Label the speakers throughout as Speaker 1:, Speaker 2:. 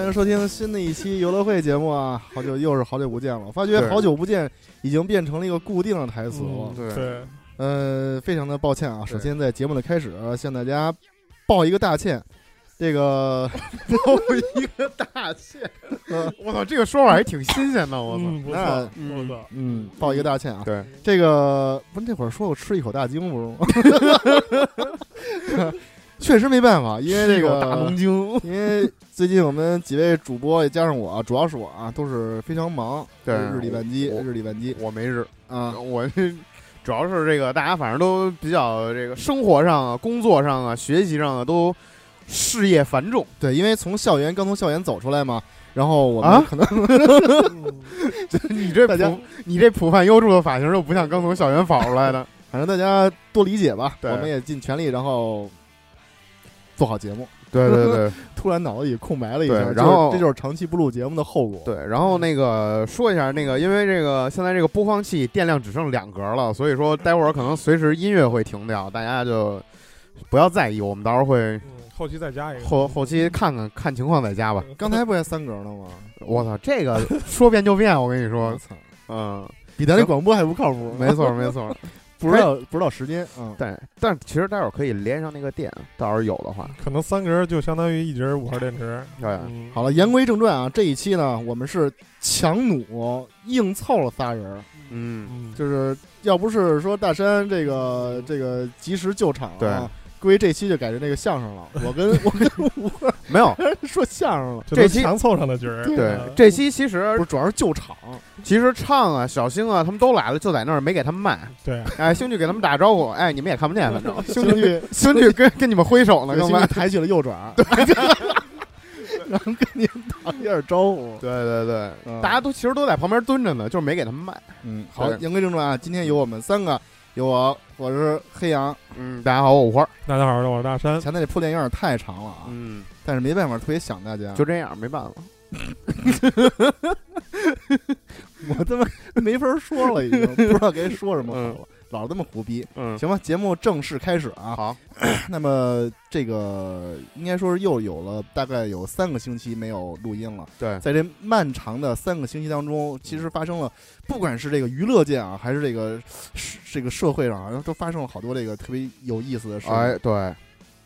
Speaker 1: 迎收听新的一期游乐会节目 啊！好久又是好久不见了，发觉
Speaker 2: 对
Speaker 1: 好久不见已经变成了一个固定的台词了。
Speaker 2: 嗯对
Speaker 3: 对，
Speaker 1: 呃，非常的抱歉啊！首先在节目的开始、呃向大家报一个大歉。这 个
Speaker 2: 有一个大线，我操，这个说法还挺新鲜的，我操，
Speaker 3: 嗯，不
Speaker 1: 那
Speaker 3: 错，不错，
Speaker 1: 嗯，报一个大歉啊！
Speaker 2: 对，
Speaker 1: 这个不是那会儿说我吃一口大鲸不是吗？ 确实没办法，因为这
Speaker 2: 吃一
Speaker 1: 个
Speaker 2: 口大龙
Speaker 3: 嗯
Speaker 1: 鲸，因为最近我们几位主播也加上我啊，主要是我啊，都是非常忙，
Speaker 2: 对
Speaker 1: 日理万机，
Speaker 2: 我
Speaker 1: 日理万机
Speaker 2: 我没日，
Speaker 1: 啊，
Speaker 2: 我这主要是这个大家反正都比较这个生活上啊、工作上啊、学习上啊都事业繁重，
Speaker 1: 对，因为从校园刚从校园走出来嘛，然后我们
Speaker 2: 啊
Speaker 1: 可能、
Speaker 3: 嗯
Speaker 2: 你这
Speaker 1: 大家
Speaker 2: 普你这普泛优助的发型就不像刚从校园跑出 来的，
Speaker 1: 反正大家多理解吧，我
Speaker 2: 对
Speaker 1: 们也尽全力，然后做好节目。
Speaker 2: 对对 对
Speaker 1: 突然脑子里空白了一下，
Speaker 2: 对
Speaker 1: 就是
Speaker 2: 然后
Speaker 1: 这就是长期不录节目的后果。
Speaker 2: 对，然后那个说一下那个，因为这个现在这个播放器电量只剩两格了，所以说待会儿可能随时音乐会停掉，大家就不要在意，我们到时候会
Speaker 3: 嗯，后期再加一个，嗯
Speaker 2: 后后期看看看情况再加吧。
Speaker 1: 刚才不还三格呢吗？
Speaker 2: 我操，这个说变就变，我跟你
Speaker 1: 我
Speaker 2: 说，
Speaker 1: 操，
Speaker 2: 嗯，
Speaker 1: 比咱这广播还不靠谱。
Speaker 2: 没错没错。
Speaker 1: 不知道不知道时间啊。
Speaker 2: 但但其实待会儿可以连上那个电，到时候有的话，
Speaker 3: 可能三格就相当于一节五号电池。
Speaker 2: 对，啊
Speaker 3: 嗯，
Speaker 1: 好了，言归正传啊，这一期呢，我们是强弩硬凑了仨人儿，
Speaker 2: 嗯，
Speaker 3: 嗯，
Speaker 1: 就是要不是说大山这个这个及时救场、啊，
Speaker 2: 对，
Speaker 1: 估计这期就改成这个相声了。我跟 我跟吴哥
Speaker 2: 没有。
Speaker 1: 说相声了，
Speaker 3: 这都
Speaker 2: 期
Speaker 3: 强凑上的角儿，
Speaker 2: 对
Speaker 3: 嗯，
Speaker 2: 这期其
Speaker 1: 不
Speaker 2: 实
Speaker 1: 是主要是救场，
Speaker 2: 其实唱啊、小星啊，他们都来了，就在那儿没给他们麦。
Speaker 3: 对，
Speaker 2: 哎，星剧给他们打招呼，哎，你们也看不见，反正
Speaker 1: 兄弟
Speaker 2: 星剧跟跟你们挥手呢，
Speaker 1: 那
Speaker 2: 刚
Speaker 1: 兄弟
Speaker 2: 才。
Speaker 1: 抬起了右爪，然后跟您打了一下招呼。
Speaker 2: 对对对，
Speaker 1: 嗯
Speaker 2: 大家都其实都在旁边蹲着呢，就是没给他们麦。
Speaker 1: 嗯，好，
Speaker 2: 对
Speaker 1: 言归正传啊，今天有我们三个，有我，我是黑羊。
Speaker 2: 嗯，大家好，我五花。
Speaker 3: 大家好，我是大山，
Speaker 1: 前面这铺垫有点太长了啊，
Speaker 2: 嗯，
Speaker 1: 但是没办法，特别想大家。
Speaker 2: 就这样，没办法。
Speaker 1: 我 他妈没法说了，已经不知道该说什么好了，老这么胡逼。
Speaker 2: 嗯，
Speaker 1: 行吧，节目正式开始啊。
Speaker 2: 好，
Speaker 1: 那么这个应该说是又有了大概有三个星期没有录音了。
Speaker 2: 对，
Speaker 1: 在这漫长的三个星期当中，其实发生了，不管是这个娱乐界啊，还是这个是这个社会上啊，都发生了好多这个特别有意思的事情。
Speaker 2: 哎，对，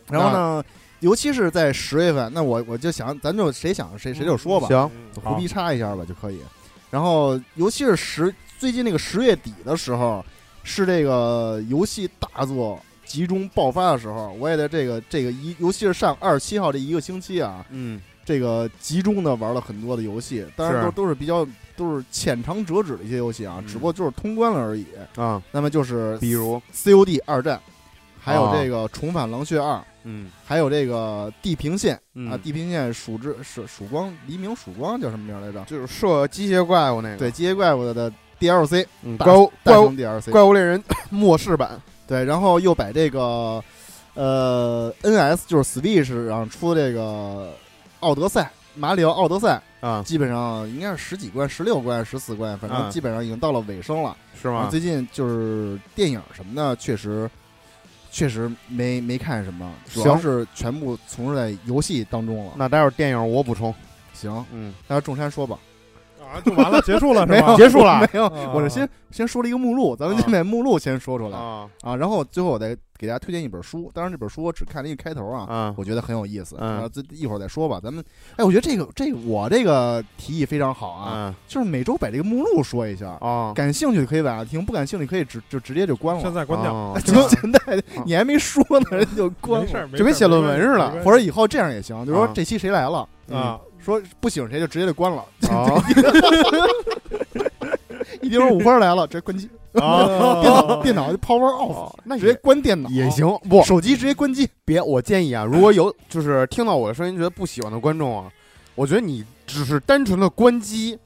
Speaker 1: 然后呢，尤其是在十月份，那我我就想，咱就谁想谁谁就说吧，
Speaker 2: 行
Speaker 3: 嗯
Speaker 1: 胡逼插一下吧就可以。然后，尤其是十最近那个十月底的时候，是这个游戏大作集中爆发的时候，我也在这个这个一，尤其是上二十七号这一个星期啊，
Speaker 2: 嗯，
Speaker 1: 这个集中的玩了很多的游戏，当然
Speaker 2: 是
Speaker 1: 都都是比较都是浅尝辄止的一些游戏啊，
Speaker 2: 嗯
Speaker 1: 只不过就是通关了而已。
Speaker 2: 啊，
Speaker 1: 那么就是
Speaker 2: 比如，
Speaker 1: COD 二战，还有
Speaker 2: 啊
Speaker 1: 这个重返狼穴二。
Speaker 2: 嗯
Speaker 1: 还有这个地平线、
Speaker 2: 嗯
Speaker 1: 啊，地平线曙之曙曙光黎明曙光叫什么名儿来着？
Speaker 2: 就是射机械怪物那个，
Speaker 1: 对，，机械怪物的 DLC
Speaker 2: 嗯，
Speaker 1: 大
Speaker 2: 怪物
Speaker 1: 大
Speaker 2: 怪物
Speaker 1: 型 DLC
Speaker 2: 怪物猎人 末世版，
Speaker 1: 对，然后又把这个呃 NS 就是 Switch 上出这个奥德赛。马里奥奥德赛
Speaker 2: 啊，
Speaker 1: 基本上应该是十几关、十六关、十四关，反正
Speaker 2: 嗯
Speaker 1: 基本上已经到了尾声了。
Speaker 2: 是
Speaker 1: 然后
Speaker 2: 吗？
Speaker 1: 最近就是电影什么的，确实确实没没看什么，主要
Speaker 2: 行
Speaker 1: 是全部从事在游戏当中了。
Speaker 2: 那待会儿电影我补充，
Speaker 1: 行，
Speaker 2: 嗯，
Speaker 1: 那众山说吧，
Speaker 3: 啊，就完了，结 束了
Speaker 1: 没
Speaker 3: 是
Speaker 1: 有
Speaker 3: 吧？
Speaker 2: 结束了
Speaker 1: 没有，
Speaker 3: 啊
Speaker 1: 我是先先说了一个目录，咱们
Speaker 2: 啊
Speaker 1: 先把目录先说出来
Speaker 2: 啊
Speaker 1: 啊，然后最后我再给大家推荐一本书，当然这本书我只看了一个开头啊，
Speaker 2: 啊，
Speaker 1: 我觉得很有意思，
Speaker 2: 嗯
Speaker 1: 然后这一会儿再说吧。咱们，哎，我觉得这个这个我这个提议非常好啊，
Speaker 2: 啊
Speaker 1: 就是每周把这个目录说一下，
Speaker 2: 啊，
Speaker 1: 感兴趣的可以往下听，不感兴趣可以直就直接就关
Speaker 3: 现
Speaker 1: 了。
Speaker 3: 在关掉，
Speaker 2: 啊
Speaker 1: 就现在你还没说呢，人就关
Speaker 3: 没事
Speaker 1: 了，
Speaker 3: 儿，没
Speaker 2: 就跟
Speaker 3: 事儿
Speaker 2: 写论文似的
Speaker 3: 没关系
Speaker 1: 或者以后这样也行，就说
Speaker 2: 啊
Speaker 1: 这期谁来了
Speaker 3: 啊，
Speaker 1: 嗯说不喜欢谁就直接就关了，
Speaker 2: 啊
Speaker 1: 一听说五分来了，直接关机。
Speaker 2: 啊
Speaker 1: 电脑电脑就 power off，
Speaker 2: 哦那
Speaker 1: 直接
Speaker 2: 也
Speaker 1: 关电脑
Speaker 2: 也行，不
Speaker 1: 手机直接关机。
Speaker 2: 别，我建议啊，如果有就是听到我的声音觉得不喜欢的观众啊，我觉得你只是单纯的关机，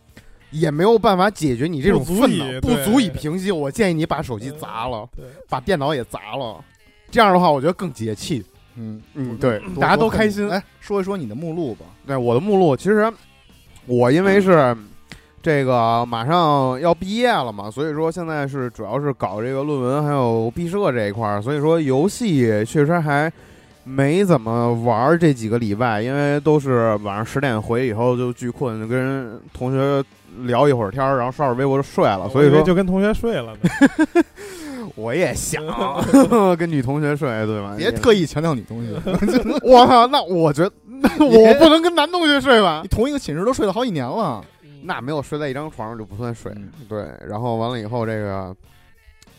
Speaker 2: 也没有办法解决你这种
Speaker 3: 不足
Speaker 2: 愤
Speaker 3: 以
Speaker 2: 怒，
Speaker 3: 对
Speaker 2: 不足以平息。我建议你把手机砸了，
Speaker 3: 对，
Speaker 2: 把电脑也砸了，这样的话我觉得更解气。
Speaker 1: 嗯，
Speaker 2: 嗯，对，
Speaker 1: 多
Speaker 2: 大家都开心
Speaker 1: 多。哎，说一说你的目录吧。
Speaker 2: 对，我的目录其实我因为是这个马上要毕业了嘛，所以说现在是主要是搞这个论文还有毕设这一块儿，所以说游戏确实还没怎么玩儿这几个礼拜，因为都是晚上十点回以后就巨困，就跟同学聊一会儿天儿，然后刷会儿微博就睡了。啊所以
Speaker 3: 哦我
Speaker 2: 说
Speaker 3: 为就跟同学 睡了呢。
Speaker 2: 我也想 跟女同学睡，对吧？
Speaker 1: 别特意强调女同学，
Speaker 2: 我操，那我觉得那我不能跟男同学睡吧
Speaker 1: 你？同一个寝室都睡了好几年了，
Speaker 3: 嗯
Speaker 2: 那没有睡在一张床上就不算睡。
Speaker 1: 嗯
Speaker 2: 对，然后完了以后，这个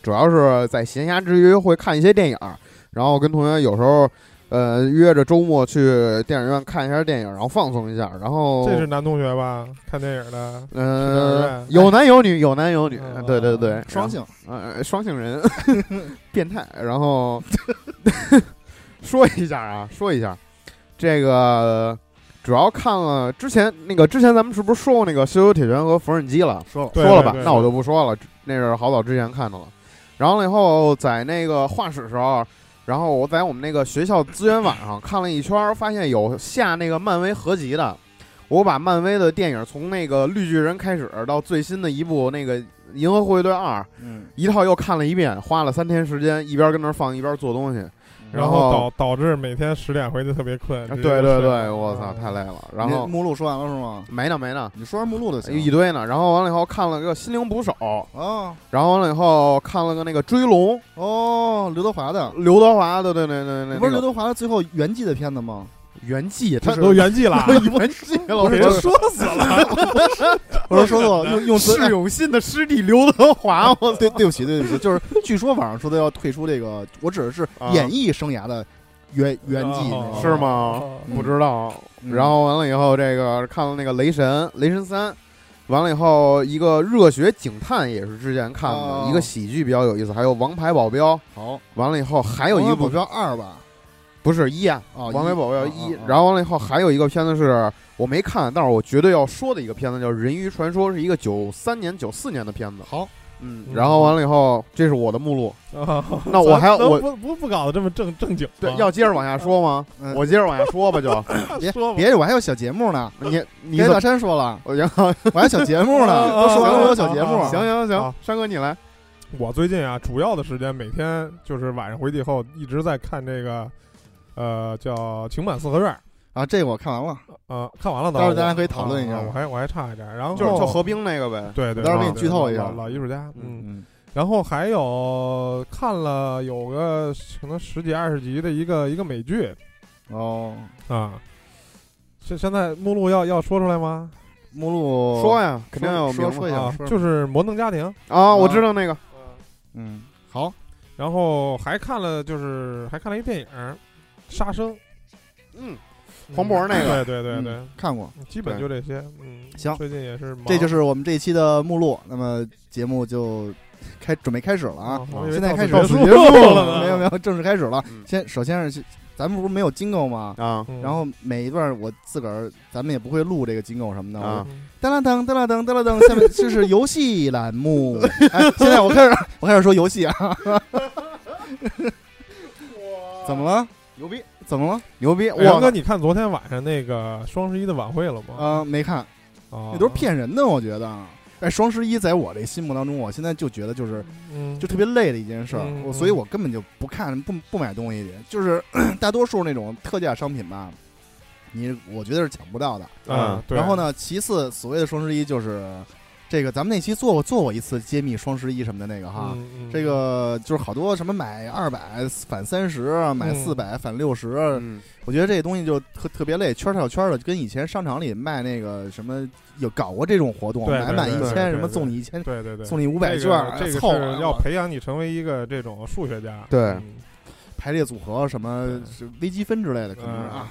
Speaker 2: 主要是在闲暇之余会看一些电影儿，然后跟同学有时候呃约着周末去电影院看一下电影，然后放松一下。然后
Speaker 3: 这是男同学吧？看电影的，
Speaker 2: 呃
Speaker 3: 是哎
Speaker 2: 有男有女，有男有女，
Speaker 3: 嗯
Speaker 2: 对对对，
Speaker 1: 双性
Speaker 2: 呃双性人， 变态。然后说一下啊，说一下这个。主要看了之前那个，之前咱们是不是说过那个《羞羞铁拳》和《缝纫机》了？
Speaker 1: 说了
Speaker 3: 对
Speaker 2: 说了吧，
Speaker 3: 对对
Speaker 2: 那我就不说了，那是好早之前看的了。然后了以后在那个画室时候，然后我在我们那个学校资源网上看了一圈儿，发现有下那个漫威合集的。我把漫威的电影从那个绿巨人开始到最新的一部那个《银河护卫队二》
Speaker 1: 嗯，
Speaker 2: 一套又看了一遍，花了三天时间，一边跟那儿放一边做东西。
Speaker 3: 然
Speaker 2: 后
Speaker 3: 导导致每天十点回去特别困。
Speaker 2: 对
Speaker 3: 直接
Speaker 2: 对
Speaker 3: 就睡
Speaker 2: 对，
Speaker 3: 了
Speaker 2: 我操，
Speaker 3: 嗯
Speaker 2: 太累了。然
Speaker 1: 你
Speaker 2: 后哎
Speaker 1: 目录说完了是吗？
Speaker 2: 没呢没呢，
Speaker 1: 你说完目录就
Speaker 2: 一
Speaker 1: 行
Speaker 2: 堆呢。然后完了以后看了个《心灵捕手》，
Speaker 1: 啊。
Speaker 2: 然后完了以后看了个那个《追龙》，
Speaker 1: 哦，刘德华的，
Speaker 2: 刘德华的，对对对对，
Speaker 1: 你不是
Speaker 2: 那
Speaker 1: 刘
Speaker 2: 个
Speaker 1: 德华的最后圆寂的片子吗？，
Speaker 2: 圆寂，
Speaker 3: 他
Speaker 2: 他
Speaker 3: 都圆寂了 啊
Speaker 1: 圆寂
Speaker 2: 老师
Speaker 3: 给人说死了。
Speaker 1: 我说说
Speaker 2: 呃
Speaker 1: 错了，用用词哎啊
Speaker 2: 释永信的师弟刘德华，我
Speaker 1: 对，对不起，对不起，就是据说网上说他要退出这个，我指的是
Speaker 2: 啊
Speaker 1: 演艺生涯的圆圆寂，你知道吗
Speaker 2: 是
Speaker 3: 哦
Speaker 2: 吗？
Speaker 1: 嗯
Speaker 2: 不知道。
Speaker 1: 嗯
Speaker 2: 然后完了以后，这个看了那个《雷神》，《雷神三》，完了以后一个《热血警探》也是之前看
Speaker 1: 哦
Speaker 2: 的一个喜剧比较有意思，还有《王牌保镖》。
Speaker 1: 好，
Speaker 2: 完了以后还有一
Speaker 1: 保
Speaker 2: 部
Speaker 1: 镖二吧？
Speaker 2: 不是一啊，
Speaker 1: 哦
Speaker 2: 《
Speaker 1: 一
Speaker 2: 王牌保镖一
Speaker 1: 哦哦》，哦
Speaker 2: 然后完了以后还有一个片子是我没看，但是我绝对要说的一个片子叫《人鱼传说》，是一个九三年、九四年的片子。
Speaker 1: 好，
Speaker 2: 嗯，
Speaker 3: 嗯
Speaker 2: 然后完了以后，这是我的目录。
Speaker 3: 哦
Speaker 1: 啊
Speaker 2: 那我还要
Speaker 3: 咱
Speaker 2: 我
Speaker 3: 不不不搞得这么正正经吗，啊
Speaker 2: 对，要接着往下说吗？
Speaker 1: 嗯
Speaker 2: 我接着往下说吧，就
Speaker 1: 别
Speaker 3: 说吧
Speaker 1: 别，我还有小节目呢。
Speaker 2: 你你
Speaker 1: 别
Speaker 2: 怎
Speaker 1: 大
Speaker 2: 么？
Speaker 1: 山说了，
Speaker 2: 我行行
Speaker 1: 我还有小节目呢，
Speaker 3: 啊
Speaker 1: 都说完了，
Speaker 3: 啊
Speaker 1: 我有小节目
Speaker 3: 啊。啊
Speaker 2: 行行
Speaker 3: 好，
Speaker 2: 山哥你来。
Speaker 3: 我最近啊，主要的时间每天就是晚上回去以后一直在看这个，呃，叫《情满四合院》
Speaker 1: 啊，这个我看完了，
Speaker 3: 呃，看完了都。
Speaker 1: 待会儿大家可以讨论一下
Speaker 3: 啊我还我还差一点儿，然后
Speaker 2: 就是就何冰那个呗，
Speaker 3: 对对，
Speaker 1: 待会儿
Speaker 3: 对
Speaker 1: 给你剧透一下
Speaker 3: 老老艺术家，嗯，
Speaker 1: 嗯，
Speaker 3: 然后还有看了有个可能十几二十集的一个一个美剧
Speaker 1: 哦，
Speaker 3: 啊。现现在目录要要说出来吗？
Speaker 1: 目录
Speaker 2: 说，呀，肯定要有名
Speaker 1: 哦说说
Speaker 2: 字
Speaker 1: 一下
Speaker 3: 啊，
Speaker 1: 说
Speaker 3: 就是《摩登家庭》，
Speaker 2: 啊，我
Speaker 1: 啊
Speaker 2: 知道那个
Speaker 1: 嗯，好，
Speaker 3: 然后还看了就是还看了一电影《杀生》，
Speaker 2: 嗯，
Speaker 3: 嗯
Speaker 2: 黄渤那个
Speaker 3: 对对对对，
Speaker 1: 嗯看过。
Speaker 3: 基本就这些。嗯，
Speaker 1: 行
Speaker 3: 最近也是忙，
Speaker 1: 这就是我们这一期的目录，那么节目就开准备开始了啊
Speaker 3: 啊！我以为
Speaker 1: 现在
Speaker 3: 到
Speaker 1: 开
Speaker 3: 此
Speaker 1: 始
Speaker 3: 结
Speaker 1: 束
Speaker 3: 束
Speaker 1: 了，
Speaker 3: 了呢
Speaker 1: 没有没有，正式开始了
Speaker 2: 嗯。
Speaker 1: 先首先是咱们不是没有金狗吗？
Speaker 2: 啊，
Speaker 3: 嗯
Speaker 1: 然后每一段我自个儿，咱们也不会录这个金狗什么的。
Speaker 3: 嗯
Speaker 2: 啊
Speaker 1: 噔啦噔噔啦噔噔啦噔，下面这是游戏栏 目。哎，现在我开始我开始说游戏啊，怎么了？
Speaker 2: 牛逼
Speaker 1: 怎么了？
Speaker 2: 牛逼，
Speaker 3: 哎杨哥，
Speaker 2: 我
Speaker 3: 你看昨天晚上那个双十一的晚会了吗？
Speaker 1: 啊，没看，
Speaker 3: 啊，
Speaker 1: 那都是骗人的，我觉得。哎，双十一在我这心目当中，我现在就觉得就是
Speaker 3: 嗯，
Speaker 1: 就特别累的一件事儿，
Speaker 3: 嗯
Speaker 1: 我
Speaker 3: 嗯
Speaker 1: 所以我根本就不看不不买东西去，就是 大多数那种特价商品吧，你我觉得是抢不到的。
Speaker 3: 啊，对
Speaker 1: 然后？呢，其次所谓的双十一就是这个，咱们那期做过做过一次揭秘双十一什么的那个哈。
Speaker 3: 嗯，嗯
Speaker 1: 啊这个就是好多什么买二百返三十，买四百返六十、
Speaker 2: 嗯
Speaker 1: 我觉得这东西就特特别累，圈儿上有圈儿的，跟以前商场里卖那个什么有搞过这种活动，
Speaker 3: 对
Speaker 1: 买
Speaker 3: 对
Speaker 1: 满
Speaker 3: 对
Speaker 1: 一
Speaker 3: 对
Speaker 1: 千
Speaker 3: 对
Speaker 1: 什么
Speaker 3: 对
Speaker 1: 送你一千，
Speaker 3: 对对对，
Speaker 1: 送你五百
Speaker 3: 这
Speaker 1: 券
Speaker 3: 个
Speaker 1: 儿，
Speaker 3: 这个
Speaker 1: 凑
Speaker 3: 是
Speaker 1: 啊
Speaker 3: 要
Speaker 1: 我
Speaker 3: 培养你成为一个这种数学家。
Speaker 2: 对
Speaker 3: 嗯
Speaker 1: 排列组合什么
Speaker 3: 对
Speaker 1: 是微积分之类的，可能是
Speaker 3: 嗯
Speaker 1: 啊，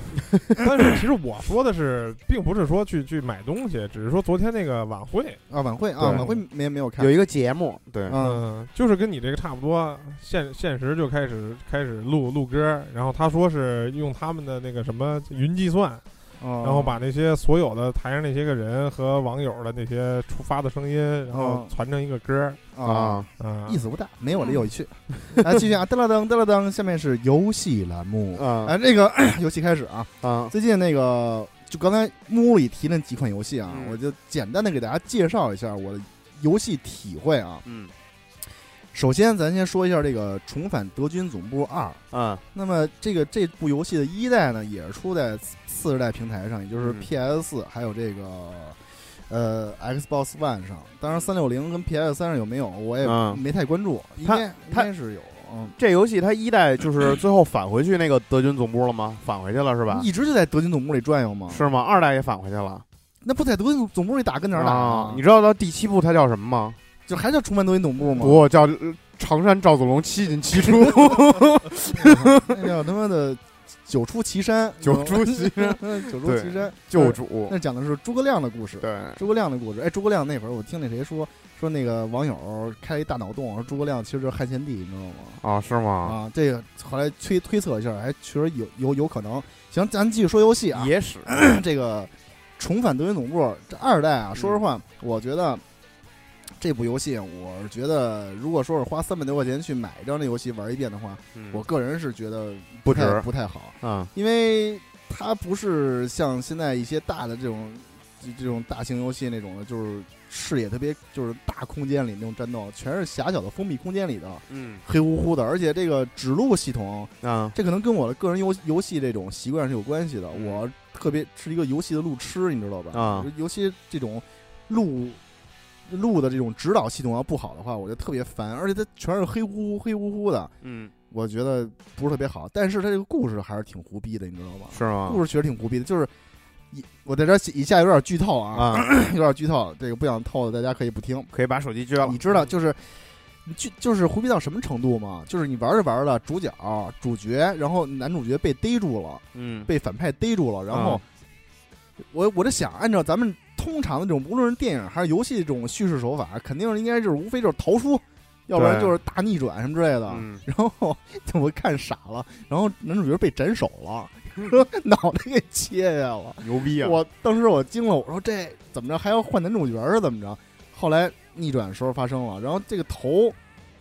Speaker 3: 但是其实我说的是，并不是说去去买东西，只是说昨天那个晚会，
Speaker 1: 啊晚会啊
Speaker 2: 对
Speaker 1: 晚会没没有看
Speaker 2: 有，一个节目，对，
Speaker 1: 嗯
Speaker 3: 嗯，就是跟你这个差不多，现现实就开始开始录录歌，然后他说是用他们的那个什么云计算，
Speaker 1: 然
Speaker 3: 然
Speaker 2: 哦
Speaker 3: 后把那些所有的台上那些个人和网友的那些出发的声音，然后
Speaker 1: 嗯
Speaker 3: 传成一个歌儿，
Speaker 1: 啊
Speaker 2: 啊，
Speaker 3: 啊，
Speaker 1: 意思不大，没
Speaker 2: 嗯
Speaker 1: 我这有趣。来继续啊，噔啦噔噔啦噔，下面是游戏栏目
Speaker 2: 啊
Speaker 3: 嗯
Speaker 1: 啊，这个 游戏开始啊，
Speaker 2: 啊，
Speaker 1: 最近那个就刚才目录里提那几款游戏啊，
Speaker 2: 嗯
Speaker 1: 我就简单的给大家介绍一下我的游戏体会啊。
Speaker 2: 嗯
Speaker 1: 首先，咱先说一下这个《重返德军总部二》。
Speaker 2: 嗯
Speaker 1: 那么，这个这部游戏的一代呢，也是出在四十代平台上，也就是
Speaker 2: 嗯
Speaker 1: PS 四还有这个呃 Xbox One 上。当然，三六零跟 PS 三上有没有，我也
Speaker 2: 嗯
Speaker 1: 没太关注，应
Speaker 2: 它
Speaker 1: 该应
Speaker 2: 它
Speaker 1: 该是有。嗯，
Speaker 2: 这游戏它一代就是最后返回去那个德军总部了吗？返回去了是吧？
Speaker 1: 一直就在德军总部里转悠吗？
Speaker 2: 是吗？二代也返回去了。
Speaker 1: 那不在德军总部里打，跟哪儿打
Speaker 2: 啊？你知道到第七部它叫什么吗？
Speaker 1: 就还叫重返德军总部吗？
Speaker 2: 不叫呃常山赵子龙七进 七出，
Speaker 1: 那叫他妈的九出祁山，
Speaker 2: 九出祁山，
Speaker 1: 九出
Speaker 2: 对
Speaker 1: 祁山。
Speaker 2: 救主。
Speaker 1: 那讲的是诸葛亮的故事。
Speaker 2: 对，
Speaker 1: 诸葛亮的故事，哎，诸葛亮那会儿我听那谁说说那个网友开一大脑洞，说诸葛亮其实就是汉献帝，你知道吗？
Speaker 2: 啊，是吗？
Speaker 1: 啊，这个后来推推测一下，还确实有有有可能。行，咱继续说游戏啊，
Speaker 2: 野史，
Speaker 1: 这个重返德云总部这二代啊，说实话，
Speaker 2: 嗯
Speaker 1: 我觉得这部游戏，我是觉得如果说是花三百多块钱去买一张这游戏玩一遍的话，我
Speaker 2: 我
Speaker 1: 个人是觉得
Speaker 2: 嗯不
Speaker 1: 太
Speaker 2: 值
Speaker 1: 不太好，
Speaker 2: 啊，
Speaker 1: 因为它不是像现在一些大的这种这这种大型游戏那种的，就是视野特别就是大空间里那种战斗，全是狭小的封闭空间里的
Speaker 2: 嗯
Speaker 1: 黑乎乎的，而且这个指路系统，
Speaker 2: 啊，
Speaker 1: 这可能跟我的个人游游戏这种习惯是有关系的。我特别是一个游戏的路痴，你知道吧？
Speaker 2: 啊，
Speaker 1: 尤其这种路。路的这种指导系统要不好的话，我就特别烦，而且它全是黑乎乎、黑乎乎的，
Speaker 2: 嗯，
Speaker 1: 我觉得不是特别好。但是它这个故事还是挺胡逼的，你知道吗？
Speaker 2: 是吗？
Speaker 1: 故事确实挺胡逼的，就是以我在这儿写以下有点剧透啊，
Speaker 2: 啊，
Speaker 1: 有点剧透，这个不想透的大家可以不听。
Speaker 2: 可以把手机撅了
Speaker 1: 你。知道就是。就就是胡逼到什么程度吗？就是你玩着玩着，主角、主角，然后男主角被逮住了，
Speaker 2: 嗯，
Speaker 1: 被反派逮住了，然后
Speaker 2: 啊
Speaker 1: 我我就想，按照咱们通常的这种，无论是电影还是游戏这种叙事手法，肯定是应该就是无非就是逃出，要不然
Speaker 2: 对
Speaker 1: 就是大逆转什么之类的。
Speaker 2: 嗯
Speaker 1: 然后我看傻了，然后男主角被斩首了， 说脑袋给切下来了。
Speaker 2: 牛
Speaker 3: 哎
Speaker 2: 逼啊！
Speaker 1: 我当时我惊了，我说这怎么着还要换男主角是怎么着？后来逆转的时候发生了，然后这个头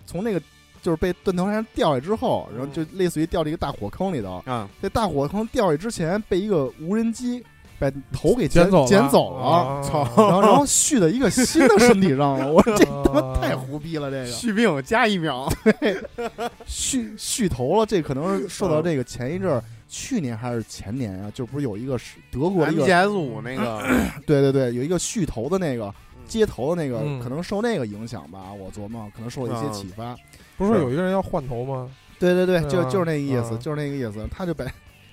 Speaker 1: 从那个就是被断头山掉下来之后，然后
Speaker 3: 嗯
Speaker 1: 就类似于掉到一个大火坑里头，
Speaker 2: 啊，
Speaker 1: 在大火坑掉下之前被一个无人机把头给
Speaker 3: 捡
Speaker 1: 捡
Speaker 3: 走啊
Speaker 1: 捡走了，
Speaker 3: 了，
Speaker 2: 操
Speaker 1: 然后然后续到一个新的身体上了，我说这他妈
Speaker 3: 啊
Speaker 1: 太胡逼了，这个
Speaker 2: 续命加一秒。
Speaker 1: 续续头了，这可能是受到这个前一阵儿，去年还是前年啊，就不是有一个是德国一个，嗯
Speaker 2: MGS 五那个，
Speaker 1: 对对对，有一个续头的那个接头的那个，
Speaker 3: 嗯
Speaker 1: 可能受那个影响吧，我琢磨可能受了一些
Speaker 2: 嗯
Speaker 1: 启发。
Speaker 3: 不是说
Speaker 2: 是
Speaker 3: 有一个人要换头吗？
Speaker 1: 对对对，
Speaker 3: 对
Speaker 1: 就
Speaker 3: 啊
Speaker 1: 就是那个意思，
Speaker 3: 嗯
Speaker 1: 就是那个意思，他就把。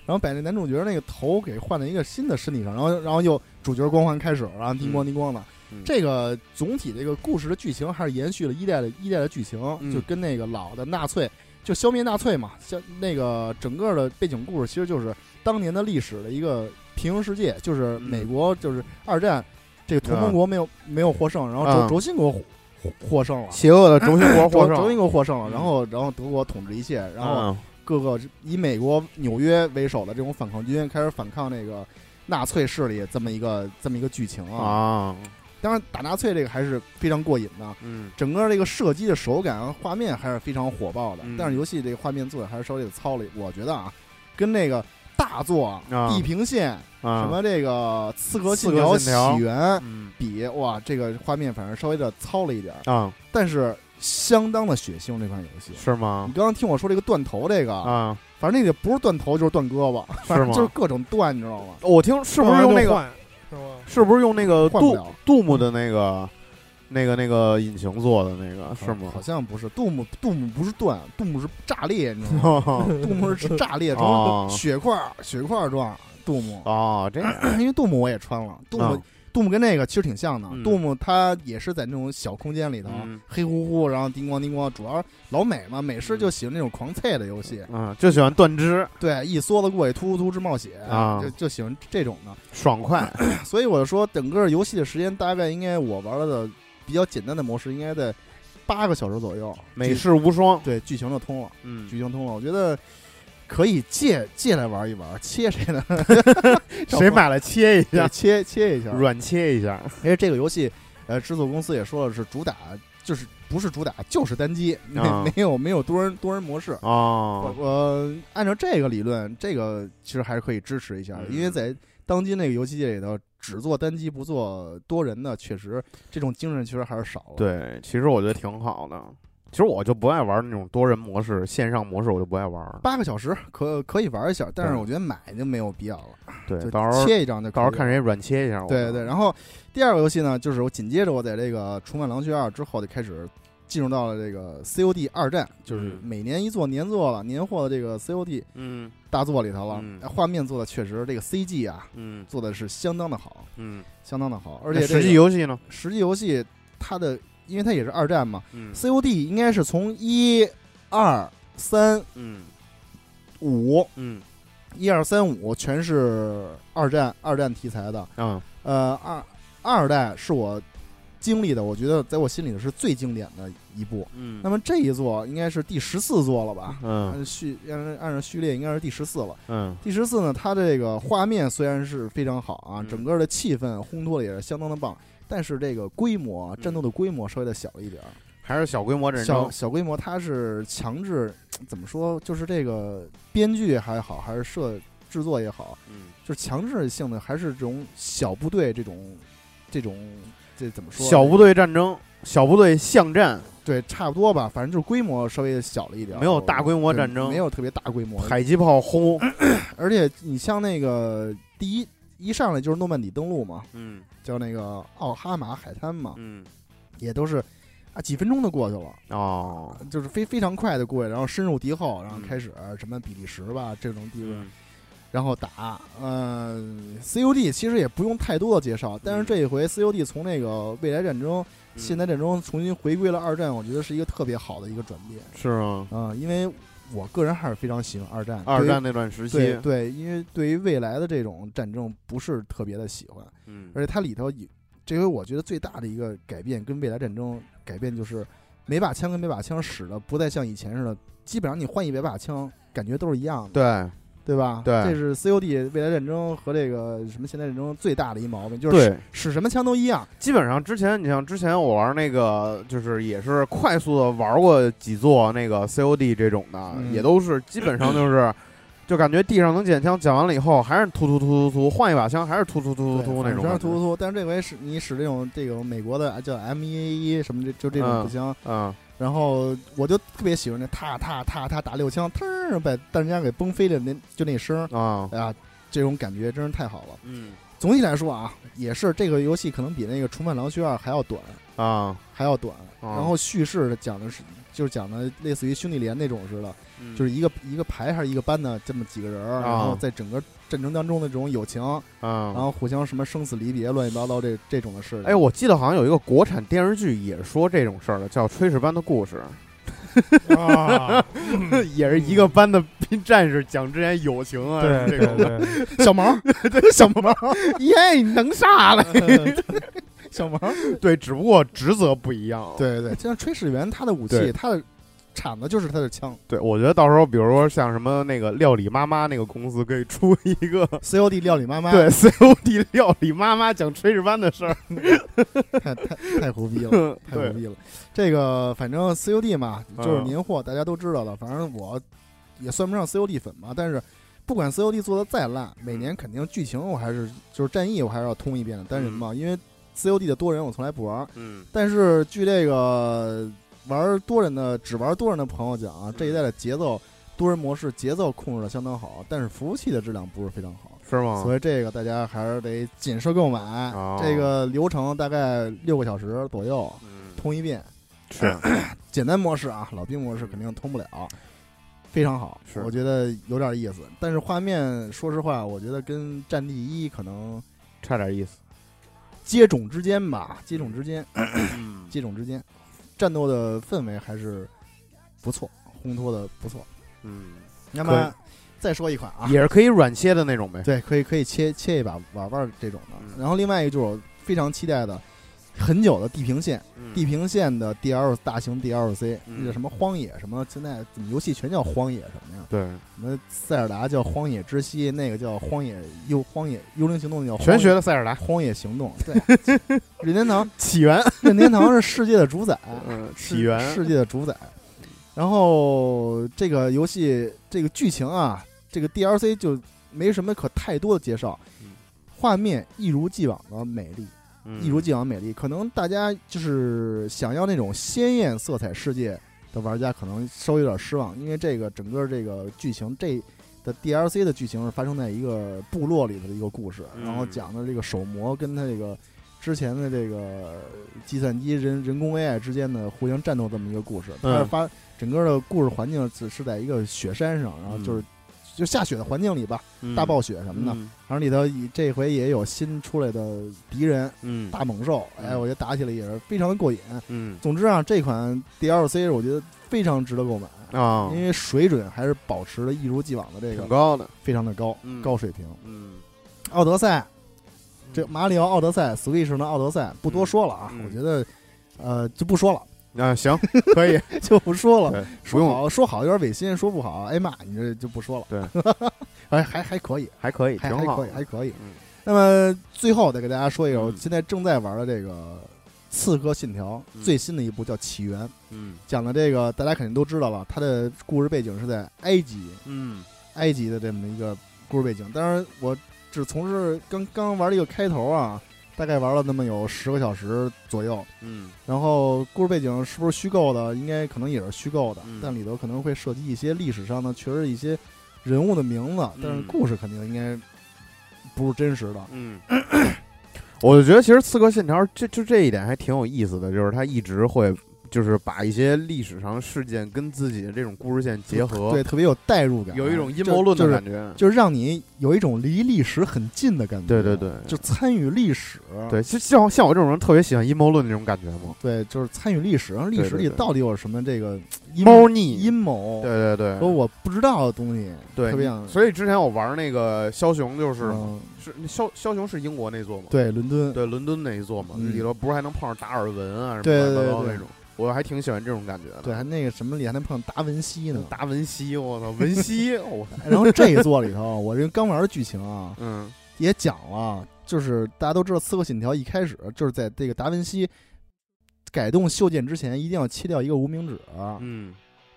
Speaker 1: 然后把那男主角那个头给换到一个新的身体上，然后然后又主角光环开始了，然后叮咣叮咣的。
Speaker 2: 嗯
Speaker 1: 这个总体这个故事的剧情还是延续了一代的一代的剧情，
Speaker 2: 嗯
Speaker 1: 就跟那个老的纳粹就消灭纳粹嘛，像那个整个的背景故事其实就是当年的历史的一个平行世界，就是
Speaker 2: 嗯
Speaker 1: 美国就是二战这个同盟国没有、没有获胜，然后
Speaker 2: 啊
Speaker 1: 轴轴心国获获获胜了。
Speaker 2: 邪恶的轴心
Speaker 1: 轴
Speaker 2: 国获
Speaker 1: 轴心
Speaker 2: 胜。
Speaker 1: 国获胜了，
Speaker 2: 嗯
Speaker 1: 然后然后德国统治一切，然后各个以美国纽约为首的这种反抗军开始反抗那个纳粹势力，这么一个这么一个剧情
Speaker 2: 嗯
Speaker 1: 啊。
Speaker 2: 啊，
Speaker 1: 当然，打纳粹这个还是非常过瘾的，
Speaker 2: 嗯
Speaker 1: 整个这个射击的手感啊画面还是非常火爆的。
Speaker 2: 嗯
Speaker 1: 但是游戏这个画面做的还是稍微的糙了，我觉得啊，跟那个大作啊
Speaker 2: 啊
Speaker 1: 地平线》
Speaker 2: 啊，
Speaker 1: 什么这个《刺客
Speaker 2: 刺
Speaker 1: 信
Speaker 2: 客
Speaker 1: 条：
Speaker 2: 信条
Speaker 1: 起源》
Speaker 2: 嗯
Speaker 1: 比，哇，这个画面反正稍微的糙了一点儿，
Speaker 2: 啊，
Speaker 1: 但是相当的血腥这款游戏。
Speaker 2: 是吗
Speaker 1: 你？刚刚听我说这个断头这个
Speaker 2: 啊，
Speaker 1: 反正那个不是断头就是断胳膊，反正
Speaker 2: 吗
Speaker 1: 就是各种断，你知道吗？
Speaker 2: 我听是不是
Speaker 3: 换完
Speaker 2: 用
Speaker 3: 就
Speaker 2: 那个？
Speaker 3: 啊换是吗？
Speaker 2: 是不是用那个
Speaker 1: 换不
Speaker 2: 呃杜
Speaker 1: 了，
Speaker 2: 杜牧的那个那个那个引擎做的那个是吗
Speaker 1: 好？像不是，杜牧杜牧不是断，杜牧是炸裂，你知道吗？
Speaker 2: 哦
Speaker 1: 杜牧是炸裂
Speaker 2: 哦
Speaker 1: 成血块儿血块儿状，杜牧。
Speaker 2: 哦，这样
Speaker 1: 因为杜牧我也穿了，杜牧
Speaker 2: 啊
Speaker 1: 杜牧跟那个其实挺像的
Speaker 2: 嗯，
Speaker 1: 杜牧他也是在那种小空间里头
Speaker 2: 嗯
Speaker 1: 黑乎乎，然后叮咣叮咣，主要是老美嘛，美式就喜欢那种狂脆的游戏，
Speaker 2: 嗯，就喜欢断肢，
Speaker 1: 对，一梭子过去突突突之冒血
Speaker 2: 啊
Speaker 1: 就就喜欢这种的。
Speaker 2: 爽快
Speaker 1: 所以我就说，整个游戏的时间大概应该我玩了的比较简单的模式，应该在八个小时左右。
Speaker 2: 美
Speaker 1: 剧
Speaker 2: 式无双。
Speaker 1: 对剧情就通了，
Speaker 2: 嗯
Speaker 1: 剧，情通了，我觉得可以借借来玩一玩，切谁 呢？
Speaker 2: 谁买了切一
Speaker 1: 对
Speaker 2: 下，
Speaker 1: 切切一下。
Speaker 2: 软切一下。
Speaker 1: 而且这个游戏，呃，制作公司也说了是主打，就是不是主打就是单机，没、
Speaker 2: 啊
Speaker 1: 没有没有多人多人模式。
Speaker 2: 哦，
Speaker 1: 呃，按照这个理论，这个其实还是可以支持一下的，
Speaker 2: 嗯
Speaker 1: 因为在当今那个游戏界里头，只做单机不做多人的，确实这种精神其实还是少了。，
Speaker 2: 对，其实我觉得挺好的。其实我就不爱玩那种多人模式、线上模式，我就不爱玩儿。
Speaker 1: 八个小时可可以玩一下，但是
Speaker 2: 对
Speaker 1: 我觉得买就没有必要了，
Speaker 2: 对，
Speaker 1: 就
Speaker 2: 到时候
Speaker 1: 切一张就可
Speaker 2: 到
Speaker 1: 以了
Speaker 2: 时候看嗯谁软切一下。我
Speaker 1: 对对，然后第二个游戏呢，就是我紧接着我在这个《重返狼穴二》之后就开始进入到了这个 COD 二战，就是
Speaker 2: 嗯
Speaker 1: 每年一做年做了年货的这个 COD
Speaker 2: 嗯
Speaker 1: 大作里头了。
Speaker 2: 嗯
Speaker 1: 画面做的确实，这个 CG 啊
Speaker 2: 嗯
Speaker 1: 做的是相当的好，
Speaker 2: 嗯，
Speaker 1: 相当的好，而
Speaker 2: 而
Speaker 1: 且、
Speaker 2: 实际游戏呢，
Speaker 1: 实际游戏它的，因为它也是二战嘛
Speaker 2: 嗯
Speaker 1: ，COD 应该是从一二三
Speaker 2: 嗯
Speaker 1: 五
Speaker 2: 嗯
Speaker 1: 一二三五全是二战二战题材的，
Speaker 2: 啊
Speaker 1: 呃，二二代是我经历的，我觉得在我心里是最经典的一部。
Speaker 2: 嗯
Speaker 1: 那么这一座应该是第十四座了吧？
Speaker 2: 嗯
Speaker 1: 按序按按照序列应该是第十四了。
Speaker 2: 嗯
Speaker 1: 第十四呢，它这个画面虽然是非常好啊，
Speaker 2: 嗯
Speaker 1: 整个的气氛烘托的也是相当的棒，但是这个规模啊
Speaker 2: 嗯
Speaker 1: 战斗的规模稍微的小了一点儿。
Speaker 2: 还是小规模战
Speaker 1: 小
Speaker 2: 争。
Speaker 1: 小规模，它是强制怎么说？就是这个编剧还好，还是设制作也好，
Speaker 2: 嗯
Speaker 1: 就是强制性的，还是这种小部队这种这种这怎么说？啊
Speaker 2: 小部队战争，小部队巷战，
Speaker 1: 对，差不多吧，反正就是规模稍微小了一点儿，
Speaker 2: 没有大规模战争
Speaker 1: 对没有特别大规模。
Speaker 2: 迫击炮轰。
Speaker 1: 而且你像那个第一一上来就是诺曼底登陆嘛，
Speaker 2: 嗯
Speaker 1: 叫那个奥哈马海滩嘛，
Speaker 2: 嗯
Speaker 1: 也都是啊几分钟就过去了，
Speaker 2: 哦，
Speaker 1: 就是非非常快的过去，然后深入敌后，然后
Speaker 2: 嗯
Speaker 1: 开始什么比利时吧这种地方，
Speaker 2: 嗯
Speaker 1: 然后打，呃，COD 其实也不用太多的介绍，但是
Speaker 2: 嗯
Speaker 1: 这一回 COD 从那个未来战争、现代战争重新回归了二战，我觉得是一个特别好的一个转变
Speaker 2: 是吗？
Speaker 1: 啊、因为我个人还是非常喜欢二战，
Speaker 2: 二战
Speaker 1: 对于
Speaker 2: 那段时
Speaker 1: 对
Speaker 2: 期，
Speaker 1: 对，因为对于未来的这种战争不是特别的喜欢，
Speaker 2: 嗯
Speaker 1: 而且它里头有这回我觉得最大的一个改变跟未来战争改变就是每把枪跟每把枪使的不再像以前似的，基本上你换一百把枪感觉都是一样的。
Speaker 2: 对
Speaker 1: 对吧？
Speaker 2: 对
Speaker 1: 这是 COD 未来战争和这个什么现代战争最大的一毛病，就是使
Speaker 2: 对，
Speaker 1: 使什么枪都一样。
Speaker 2: 基本上之前，你像之前我玩那个，就是也是快速的玩过几座那个 COD 这种的，
Speaker 1: 嗯
Speaker 2: 也都是基本上 就是，就感觉地上能捡枪，捡完了以后还是突突突突突，换一把枪还是突突突突突那种
Speaker 1: 全
Speaker 2: 感
Speaker 1: 是
Speaker 2: 觉，
Speaker 1: 突突突。但是这回使你使这种这种美国的啊叫 M 一 A 一什么这就这种
Speaker 2: 嗯
Speaker 1: 步枪，
Speaker 2: 嗯
Speaker 1: 然后我就特别喜欢那踏踏踏踏打六枪，腾把弹夹给崩飞的那就那声儿，
Speaker 2: 啊
Speaker 1: 哎呀，这种感觉真是太好了。
Speaker 2: 嗯
Speaker 1: 总体来说啊，也是这个游戏可能比那个《重返狼穴二》还要短，
Speaker 2: 啊，
Speaker 1: 还要短。
Speaker 2: 啊
Speaker 1: 然后叙事讲的是就是讲的类似于兄弟连那种似的。
Speaker 2: 嗯
Speaker 1: 就是一个一个排还是一个班的这么几个人儿，
Speaker 2: 啊
Speaker 1: 然后在整个战争当中的这种友情，然
Speaker 2: 啊。
Speaker 1: 后互相什么生死离别、乱七八糟这这种的事情。
Speaker 2: 哎，我记得好像有一个国产电视剧也说这种事儿的，叫《炊事班的故事
Speaker 3: 啊，》，
Speaker 2: 也是一个班的兵战士讲之间友情啊
Speaker 3: 对
Speaker 2: 这
Speaker 3: 对
Speaker 2: 种的。
Speaker 3: 对，
Speaker 1: 小毛，小毛，
Speaker 2: 耶，你能啥 了？
Speaker 1: 小毛，
Speaker 2: 对，只不过职责不一样。
Speaker 1: 对对对，就像炊事员他的武器，
Speaker 2: 对
Speaker 1: 他的铲子就是他的枪。
Speaker 2: 对，我觉得到时候比如说像什么那个料理妈妈那个公司可以出一个
Speaker 1: COD 料理妈妈，
Speaker 2: 对 COD 料理妈妈讲炊事班的 事儿。
Speaker 1: 太太太胡 逼了。太牛
Speaker 2: 对，
Speaker 1: 逼了！这个反正 COD 嘛，就是
Speaker 2: 嗯
Speaker 1: 年货，大家都知道了。反正我也算不上 COD 粉吧，但是不管 COD 做的再烂，每
Speaker 2: 嗯
Speaker 1: 年肯定剧情我还是就是战役我还是要通一遍的。单人嘛，因为 COD 的多人我从来不玩。
Speaker 2: 嗯
Speaker 1: 但是据这个玩多人的只玩多人的朋友讲啊，这
Speaker 2: 嗯
Speaker 1: 一代的节奏多人模式节奏控制的相当好，但是服务器的质量不是非常好。
Speaker 2: 是吗？
Speaker 1: 所以这个大家还是得谨慎购买，
Speaker 2: 哦
Speaker 1: 这个流程大概六个小时左右，
Speaker 2: 嗯，
Speaker 1: 通一遍，
Speaker 2: 是
Speaker 1: 简单模式啊，老兵模式肯定通不了，非常好，
Speaker 2: 是
Speaker 1: 我觉得有点意思。但是画面，说实话，我觉得跟《战地一》可能
Speaker 2: 差点意思。
Speaker 1: 接踵之间吧，接踵之 间，
Speaker 2: 嗯，
Speaker 1: 接踵之间，战斗的氛围还是不错，烘托的不错。
Speaker 2: 嗯，
Speaker 1: 那
Speaker 2: 可以
Speaker 1: 么再说一款啊，
Speaker 2: 也是可以软切的那种呗。
Speaker 1: 对，可以可以切切一把玩玩这种的。
Speaker 2: 嗯
Speaker 1: 然后另外一个就是我非常期待的。很久的地平线，
Speaker 2: 嗯
Speaker 1: 地平线的 DL 大型 DLC，
Speaker 2: 嗯
Speaker 1: 那叫什么荒野什么？现在怎么游戏全叫荒野什么呀？
Speaker 2: 对，
Speaker 1: 什么塞尔达叫荒野之息，那个叫荒野幽荒野幽灵行动叫荒野
Speaker 2: 全学的塞尔达
Speaker 1: 荒野行 动。对，任天堂
Speaker 2: 起源，
Speaker 1: 任天堂是世界的主宰，
Speaker 2: 嗯，
Speaker 1: 是
Speaker 2: 起源
Speaker 1: 世界的主宰。然后这个游戏这个剧情啊，这个 DLC 就没什么可太多的介绍
Speaker 2: 嗯，
Speaker 1: 画面一如既往的美丽，一如既往美丽。可能大家就是想要那种鲜艳色彩世界，的玩家可能稍微有点失望，因为这个整个这个剧情这的 DLC 的剧情是发生在一个部落里头的一个故事，
Speaker 2: 嗯
Speaker 1: 然后讲的这个手模跟他这个之前的这个计算机人人工 AI 之间的互相战斗这么一个故事。
Speaker 2: 嗯
Speaker 1: 它是发整个的故事环境是是在一个雪山上，然后就是、就下雪的环境里吧，大暴雪什么的。
Speaker 2: 嗯
Speaker 1: 然后里头以这回也有新出来的敌人
Speaker 2: 嗯
Speaker 1: 大猛兽，哎，
Speaker 2: 嗯
Speaker 1: 我觉得打起来也是非常的过瘾。
Speaker 2: 嗯
Speaker 1: 总之啊，这款 DLC 我觉得非常值得购买，
Speaker 2: 啊，
Speaker 1: 因为水准还是保持的一如既往的这
Speaker 2: 挺
Speaker 1: 个
Speaker 2: 高的，
Speaker 1: 非常的高
Speaker 2: 嗯
Speaker 1: 高水平。
Speaker 2: 嗯
Speaker 1: 奥德赛，这马里奥奥德赛 Switch 上的奥德赛不多说了啊，
Speaker 2: 嗯嗯
Speaker 1: 我觉得呃就不说了，
Speaker 2: 啊，行，可 以，
Speaker 1: 就不说了。
Speaker 2: 对不
Speaker 1: 说
Speaker 2: 用，
Speaker 1: 好说好有点违心，说不好，哎妈，你这就不说了。
Speaker 2: 对，
Speaker 1: 哎，还还可以，
Speaker 2: 还可以，
Speaker 1: 还
Speaker 2: 挺
Speaker 1: 还
Speaker 2: 好
Speaker 1: 可以，，还可以。
Speaker 2: 嗯
Speaker 1: 那么最后再给大家说一个，我
Speaker 2: 嗯
Speaker 1: 现在正在玩的这个《刺客信条》
Speaker 2: 嗯
Speaker 1: 最新的一部叫《起源》，
Speaker 2: 嗯
Speaker 1: 讲的这个大家肯定都知道了，它的故事背景是在埃及，
Speaker 2: 嗯
Speaker 1: 埃及的这么一个故事背景。当然，我只从事刚刚玩了一个开头啊，大概玩了那么有十个小时左右。
Speaker 2: 嗯
Speaker 1: 然后故事背景是不是虚构的？应该可能也是虚构的，
Speaker 2: 嗯
Speaker 1: 但里头可能会涉及一些历史上的，确实一些人物的名字，但是
Speaker 2: 嗯
Speaker 1: 故事肯定应该不是真实的。
Speaker 2: 嗯。我就觉得，其实《刺客信条》这就这一点还挺有意思的，就是它一直会，就是把一些历史上的事件跟自己的这种故事线结合，
Speaker 1: 对，特别有代入感，啊
Speaker 2: 有一种阴谋论
Speaker 1: 就
Speaker 2: 的
Speaker 1: 是
Speaker 2: 感觉。
Speaker 1: 就是让你有一种离历史很近的感觉。
Speaker 2: 对对对
Speaker 1: 就参与历史。
Speaker 2: 对，其实像像我这种人特别喜欢阴谋论那种感觉嘛，
Speaker 1: 对就是参与历史，然后历史
Speaker 2: 对
Speaker 1: 里
Speaker 2: 对对
Speaker 1: 到底有什么这个阴
Speaker 2: 猫腻，
Speaker 1: 阴谋
Speaker 2: 对对对，
Speaker 1: 哦和我不知道的东西，
Speaker 2: 对
Speaker 1: 特别想
Speaker 2: 所以之前我玩那个枭雄就是嘛，
Speaker 1: 嗯
Speaker 2: 是枭枭雄是英国那座嘛，
Speaker 1: 对伦敦，
Speaker 2: 对伦敦那一座嘛，
Speaker 1: 嗯
Speaker 2: 里头不是还能碰上达尔文啊什
Speaker 1: 对
Speaker 2: 么
Speaker 1: 对
Speaker 2: 乱七八糟
Speaker 1: 对
Speaker 2: 那种，我还挺喜欢这种感觉的。嗯
Speaker 1: 对，还那个什么里还能碰达文西呢。
Speaker 2: 达文西，我操，文西， 我操，
Speaker 1: 然后这一座里头，我这刚玩的剧情啊，
Speaker 2: 嗯
Speaker 1: 也讲了，就是大家都知道《刺客信条》一开始就是在这个达文西改动修建之前，一定要切掉一个无名指。
Speaker 2: 嗯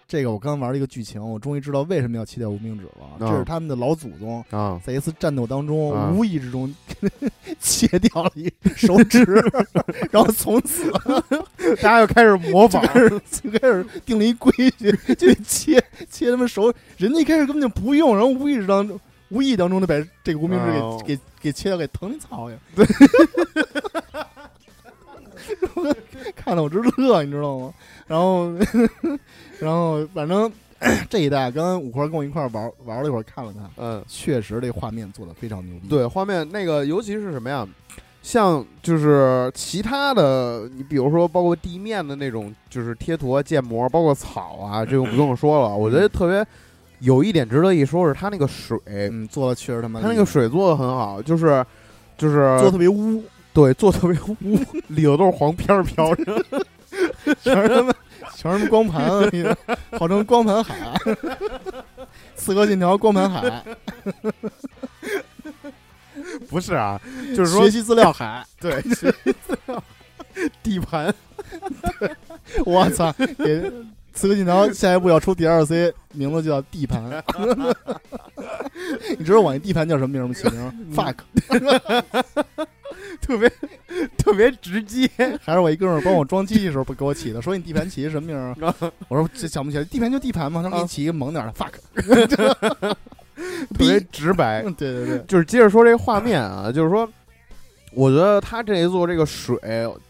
Speaker 1: 这个我刚玩了一个剧情，我终于知道为什么要切掉无名指了，这是他们的老祖宗
Speaker 2: 啊，
Speaker 1: 在一次战斗当中，
Speaker 2: 啊
Speaker 1: 无意之中 切掉了一手指， 然后从此
Speaker 2: 大家又开始模
Speaker 1: 就
Speaker 2: 仿，
Speaker 1: 开始就开始定了一规矩，就得切切他们手。人家一开始根本就不用，然后无意之当中无意当中就把这个无名指给、
Speaker 2: 哦
Speaker 1: 给给切掉，给疼你操呀！对， 看得我直乐，你知道吗？然后 然后反正 这一代，刚刚五花跟我一块儿玩玩了一会儿，看了看，
Speaker 2: 嗯，
Speaker 1: 确实这画面做的非常牛逼。
Speaker 2: 对，画面那个尤其是什么呀？像就是其他的，你比如说包括地面的那种，就是贴图啊、建模，包括草啊，这个不用说了。我觉得特别有一点值得一说是它那个水，
Speaker 1: 嗯，做的确实他妈厉
Speaker 2: 它
Speaker 1: 害，
Speaker 2: 那个水做的很好，就是就是
Speaker 1: 做得特别污，
Speaker 2: 对做得特别污，里头都是黄片儿 飘着。
Speaker 1: 全是 他妈全是光盘啊，你号称光盘海，《刺客信条》光盘海，
Speaker 2: 不是啊，就是说
Speaker 1: 学习资料海，
Speaker 2: 对，学习资料地盘
Speaker 1: 我操！给《刺客信条》下一步要出 DLC，名字就叫地盘。 你知道我那地盘叫什么名吗？起
Speaker 2: 嗯
Speaker 1: 名 fuck，
Speaker 2: 特别特别直接。
Speaker 1: 还是我一哥们儿帮我装机的时候给我起的，说你地盘起的什么名儿 啊？我说这想不起来，地盘就地盘嘛。他说给你起一个猛点儿的 fuck，
Speaker 2: 啊 特别直白。
Speaker 1: 嗯对对对，
Speaker 2: 就是接着说这个画面啊，就是说，我觉得他这一座这个水，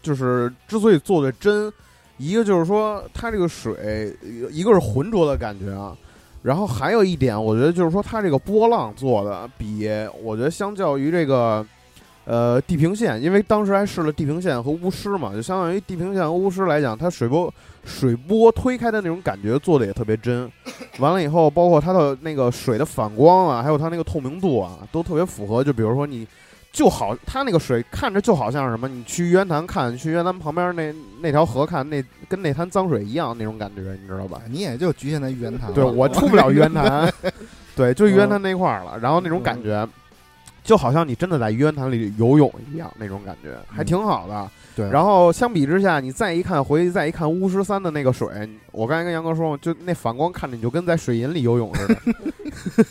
Speaker 2: 就是之所以做的真，一个就是说它这个水，一个是浑浊的感觉啊。然后还有一点，我觉得就是说，它这个波浪做的比我觉得相较于这个，呃，地平线，因为当时还试了地平线和巫师嘛，就相当于地平线和巫师来讲，它水波水波推开的那种感觉做的也特别真。完了以后，包括它的那个水的反光啊，还有它那个透明度啊，都特别符合。就比如说你。就好，它那个水看着就好像是什么，你去玉渊潭看，你去玉渊潭旁边那那条河看，那跟那滩脏水一样那种感觉，你知道吧？
Speaker 1: 你也就局限在原坛了。
Speaker 2: 对我出不了渊潭， 对，就
Speaker 1: 嗯
Speaker 2: 渊潭那块儿了。然后那种感觉，就好像你真的在渊潭里游泳一样，那种感觉还挺好的。
Speaker 1: 嗯对，
Speaker 2: 然后相比之下，你再一看回去，再一 看巫师三的那个水，我刚才跟杨哥说嘛，就那反光看着你就跟在水银里游泳似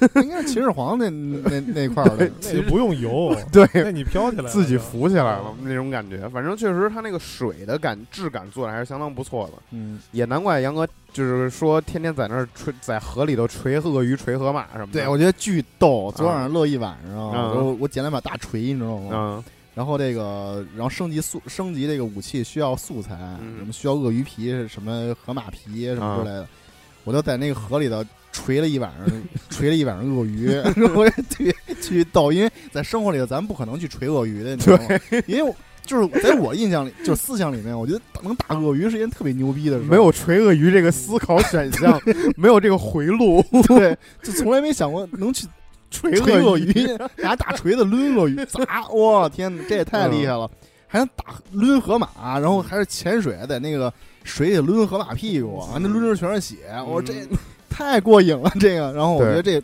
Speaker 2: 的，
Speaker 1: 应该是秦始皇那那那块儿的，
Speaker 3: 那就不用游，
Speaker 2: 对，
Speaker 3: 那你飘起来了
Speaker 2: 自己浮起来了那种感觉。反正确实，它那个水的感质感做的还是相当不错的，
Speaker 1: 嗯，
Speaker 2: 也难怪杨哥就是说天天在那儿吹，在河里头锤鳄鱼、锤河马什么的。啊
Speaker 1: 对，我觉得巨逗。昨晚上乐一晚上，然后我捡了把大锤，你知道吗？
Speaker 2: 嗯，
Speaker 1: 然后这个，然后升级素升级这个武器需要素材，
Speaker 2: 嗯啊
Speaker 1: 什么需要鳄鱼皮、什么呃河马皮什么之类的，我就在那个河里头锤了一晚 上，锤了一晚上鳄鱼，我也巨巨逗，因为在生活里头咱们不可能去锤鳄鱼的，你知道吗？因为我就是在我印象里，就是思想里面，我觉得能打鳄鱼是一件特别牛逼的事儿，
Speaker 2: 没有锤鳄鱼这个思考选 项， 没有这个回路。
Speaker 1: 对，就从来没想过能去锤
Speaker 2: 锤鳄
Speaker 1: 鳄鱼，拿大锤子抡鳄鱼，砸！我天哪，这也太
Speaker 2: 嗯
Speaker 1: 厉害了！还能打抡河马，然后还是潜水，在那个水里抡河马屁股，完了抡着全是血，我这
Speaker 2: 嗯
Speaker 1: 太过瘾了，这个。然后我觉得这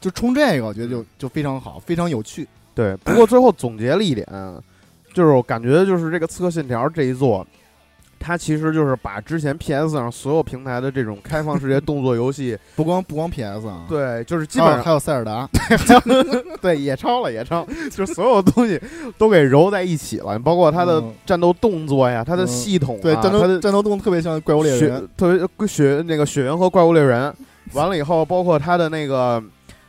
Speaker 1: 就冲这个，我觉得就就非常好，非常有趣。
Speaker 2: 对，不过最后总结了一点，就是我感觉就是这个《刺客信条》这一座，它其实就是把之前 PS 上所有平台的这种开放世界动作游 戏，
Speaker 1: 不光不光 PS 啊，
Speaker 2: 对，就是基
Speaker 1: 还有，
Speaker 2: 本上、啊
Speaker 1: 还有塞尔达，啊
Speaker 2: 对野超了野超，就是所有东西都给揉在一起了，包括它的
Speaker 1: 嗯
Speaker 2: 战斗动作呀，它的
Speaker 1: 嗯
Speaker 2: 系统啊，
Speaker 1: 对战
Speaker 2: 它
Speaker 1: 斗
Speaker 2: 的
Speaker 1: 战斗动作特别像怪物猎
Speaker 2: 血
Speaker 1: 人，
Speaker 2: 特别血那个血缘和怪物猎人，完了以后，包括它的那个，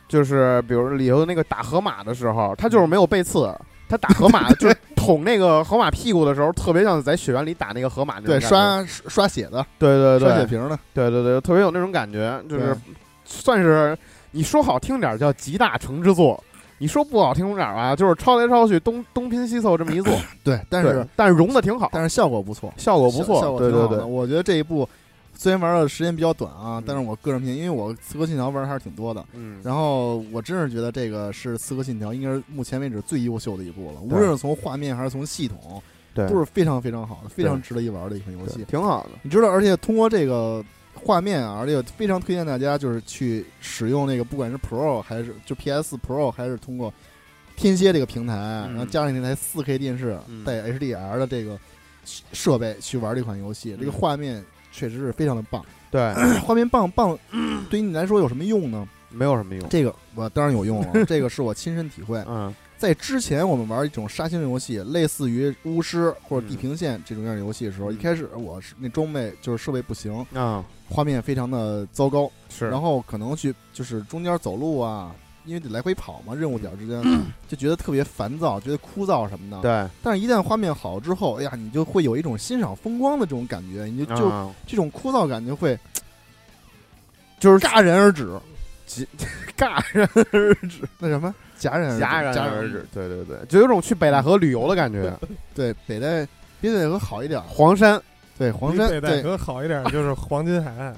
Speaker 2: 就是比如里头那个打河马的时候，它就是没有背刺。它打河 马就是捅那个河马屁股的时候，特别像在血缘里打那个河马那种
Speaker 1: 对
Speaker 2: 感觉
Speaker 1: 刷刷血的，
Speaker 2: 对对
Speaker 1: 刷血
Speaker 2: 对
Speaker 1: 瓶的，
Speaker 2: 对对对，特别有那种感觉，就是
Speaker 1: 对
Speaker 2: 算是你说好听点儿叫集大成之作，你说不好听点儿啊，就是抄来抄去东东拼西凑这么一做，
Speaker 1: 对，但
Speaker 2: 对
Speaker 1: 是
Speaker 2: 但是融的挺好，
Speaker 1: 但是效果不错。
Speaker 2: 效果不
Speaker 1: 效效
Speaker 2: 错，
Speaker 1: 果
Speaker 2: 对
Speaker 1: 挺
Speaker 2: 对
Speaker 1: 好
Speaker 2: 对
Speaker 1: 的。，我觉得这一部虽然玩的时间比较短啊，但是我个人评，因为我《刺客信条》玩的还是挺多的。
Speaker 2: 嗯，
Speaker 1: 然后我真是觉得这个是《刺客信条》应该是目前为止最优秀的一部了，无
Speaker 2: 对
Speaker 1: 论是从画面还是从系统，
Speaker 2: 对，
Speaker 1: 都是非常非常好的，非常值得一玩的一款游
Speaker 2: 对
Speaker 1: 戏。
Speaker 2: 挺好的，
Speaker 1: 你知道，而且通过这个画面啊，而且非常推荐大家就是去使用那个，不管是 Pro 还是就 PS Pro，还是通过天蝎这个平台，然后加上那台 4K 电视
Speaker 2: 嗯
Speaker 1: 带 HDR 的这个设备去玩这款游戏，这个
Speaker 2: 嗯
Speaker 1: 画面确实是非常的棒。
Speaker 2: 对，
Speaker 1: 画面棒 棒，对于你来说有什么用呢？
Speaker 2: 没有什么用，
Speaker 1: 这个我当然有用了，这个是我亲身体会。
Speaker 2: 嗯
Speaker 1: 在之前我们玩一种杀青游戏，类似于巫师或者地平线这种样的游戏的时候，
Speaker 2: 嗯
Speaker 1: 一开始我是那装备就是设备不行，
Speaker 2: 啊
Speaker 1: 画面非常的糟糕，
Speaker 2: 是，
Speaker 1: 然后可能去就是中间走路啊，因为得来回跑嘛，任务点之间、就觉得特别烦躁，觉得枯燥什么的。
Speaker 2: 对，
Speaker 1: 但是，一旦画面好之后，哎呀，你就会有一种欣赏风光的这种感觉，你就就、
Speaker 2: 啊
Speaker 1: 这种枯燥感就会
Speaker 2: 就是
Speaker 1: 戛然而止。
Speaker 2: 尬人而止，
Speaker 1: 那什么，戛然
Speaker 2: 戛然
Speaker 1: 然
Speaker 2: 而止，对对对，就有种去北戴河旅游的感觉，
Speaker 1: 对，北戴比北戴河好一点，
Speaker 2: 黄山，
Speaker 1: 对，黄
Speaker 3: 比
Speaker 1: 山
Speaker 3: 北戴
Speaker 1: 对，
Speaker 3: 河好一点就是黄金海 岸，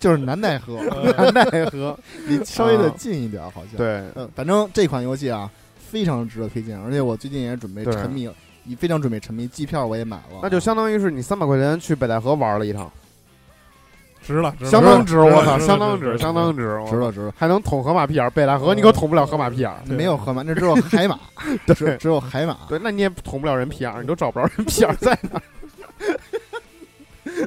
Speaker 1: 就是南戴河。
Speaker 3: 呃
Speaker 2: 奈 何，
Speaker 1: 离稍微的
Speaker 2: 啊
Speaker 1: 近一点，好像。，
Speaker 2: 对，
Speaker 1: 嗯，反正这款游戏啊，非常值得推荐，而且我最近也准备
Speaker 2: 对
Speaker 1: 沉迷，了，你非常准备沉迷，机票我也买了，啊
Speaker 2: 那就相当于是你三百块钱去北戴河玩了一趟，
Speaker 3: 值了，值了
Speaker 2: 相当值，
Speaker 3: 了
Speaker 2: 我操，
Speaker 3: 了
Speaker 2: 相当
Speaker 3: 了
Speaker 2: 值，相当值，我
Speaker 1: 值了值了。
Speaker 2: 还能捅河马屁眼儿，北戴河你可捅不了河马屁眼儿，
Speaker 3: 对
Speaker 1: 没有河马，那只有海 马，只只有海马。
Speaker 2: 对，那你也捅不了人屁眼儿，你都找不着人屁眼儿在哪儿，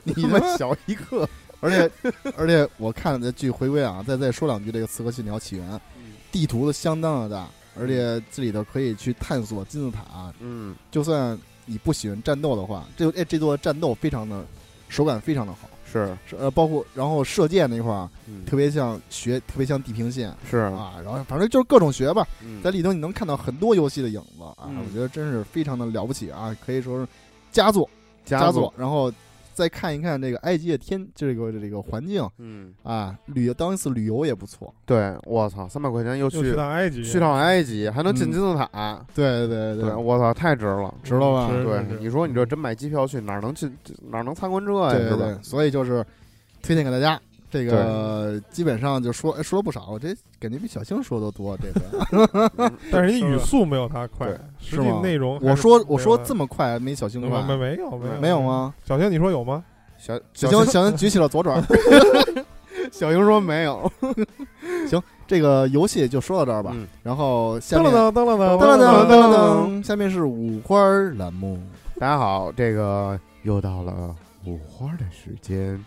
Speaker 1: 你
Speaker 2: 那
Speaker 1: 他
Speaker 2: 么
Speaker 1: 妈，
Speaker 2: 小一个，
Speaker 1: 而且而且我看这剧回归啊，再再说两句这个《刺客信条：起源》，
Speaker 2: 嗯
Speaker 1: 地图的相当的大，而且这里头可以去探索金字塔，
Speaker 2: 嗯，
Speaker 1: 就算你不喜欢战斗的话，这哎这座战斗非常的手感非常的好，
Speaker 2: 是，
Speaker 1: 是呃包括然后射箭那块儿啊
Speaker 2: 嗯
Speaker 1: 特别像学，特别像地平线
Speaker 2: 是，
Speaker 1: 啊，然后反正就是各种学吧，
Speaker 2: 嗯
Speaker 1: 在里头你能看到很多游戏的影子啊，
Speaker 2: 嗯
Speaker 1: 我觉得真是非常的了不起啊，可以说是佳作
Speaker 2: 佳
Speaker 1: 作，，然后再看一看这个埃及的天这个这个环境
Speaker 2: 嗯，
Speaker 1: 啊，旅游当一次旅游也不错，
Speaker 2: 对，我操，三百块钱又
Speaker 3: 又
Speaker 2: 去嗯
Speaker 3: 去。趟埃及，
Speaker 2: 去趟埃及还能进金字塔，
Speaker 1: 对对
Speaker 2: 对，
Speaker 1: 对，
Speaker 2: 我操，太值了！
Speaker 1: 知道吧？
Speaker 3: 是
Speaker 2: 对
Speaker 3: 嗯是，
Speaker 2: 你说你这真买机票去哪儿能去这哪儿能参观这呀？
Speaker 1: 对
Speaker 2: 是
Speaker 1: 对
Speaker 2: 吧
Speaker 1: 对，？所以就是推荐给大家。这个基本上就说哎说了不少，我这感觉比小星说的多。这 个
Speaker 3: 但是你语速没有他快
Speaker 2: 对，
Speaker 3: 实
Speaker 1: 是
Speaker 3: 际
Speaker 1: 吗
Speaker 3: 内容还是
Speaker 1: 我说我说
Speaker 3: 没有
Speaker 1: 这么快没小星
Speaker 3: 没
Speaker 1: 快，
Speaker 3: 没没有没有
Speaker 1: 没有？吗？
Speaker 3: 小星，你说有吗？
Speaker 2: 小
Speaker 1: 小
Speaker 2: 英
Speaker 1: 星小 星举起了左爪。
Speaker 2: 小英说没 有，
Speaker 1: 这个游戏就说到这儿吧。
Speaker 2: 嗯
Speaker 1: 然后下
Speaker 3: 噔
Speaker 1: 面
Speaker 3: 了噔噔了噔
Speaker 1: 噔
Speaker 3: 了
Speaker 1: 噔噔
Speaker 3: 噔了
Speaker 1: 噔
Speaker 3: 噔。
Speaker 1: 噔，下面是五花儿栏 目。
Speaker 2: 大家好，这个又到了五花的时间，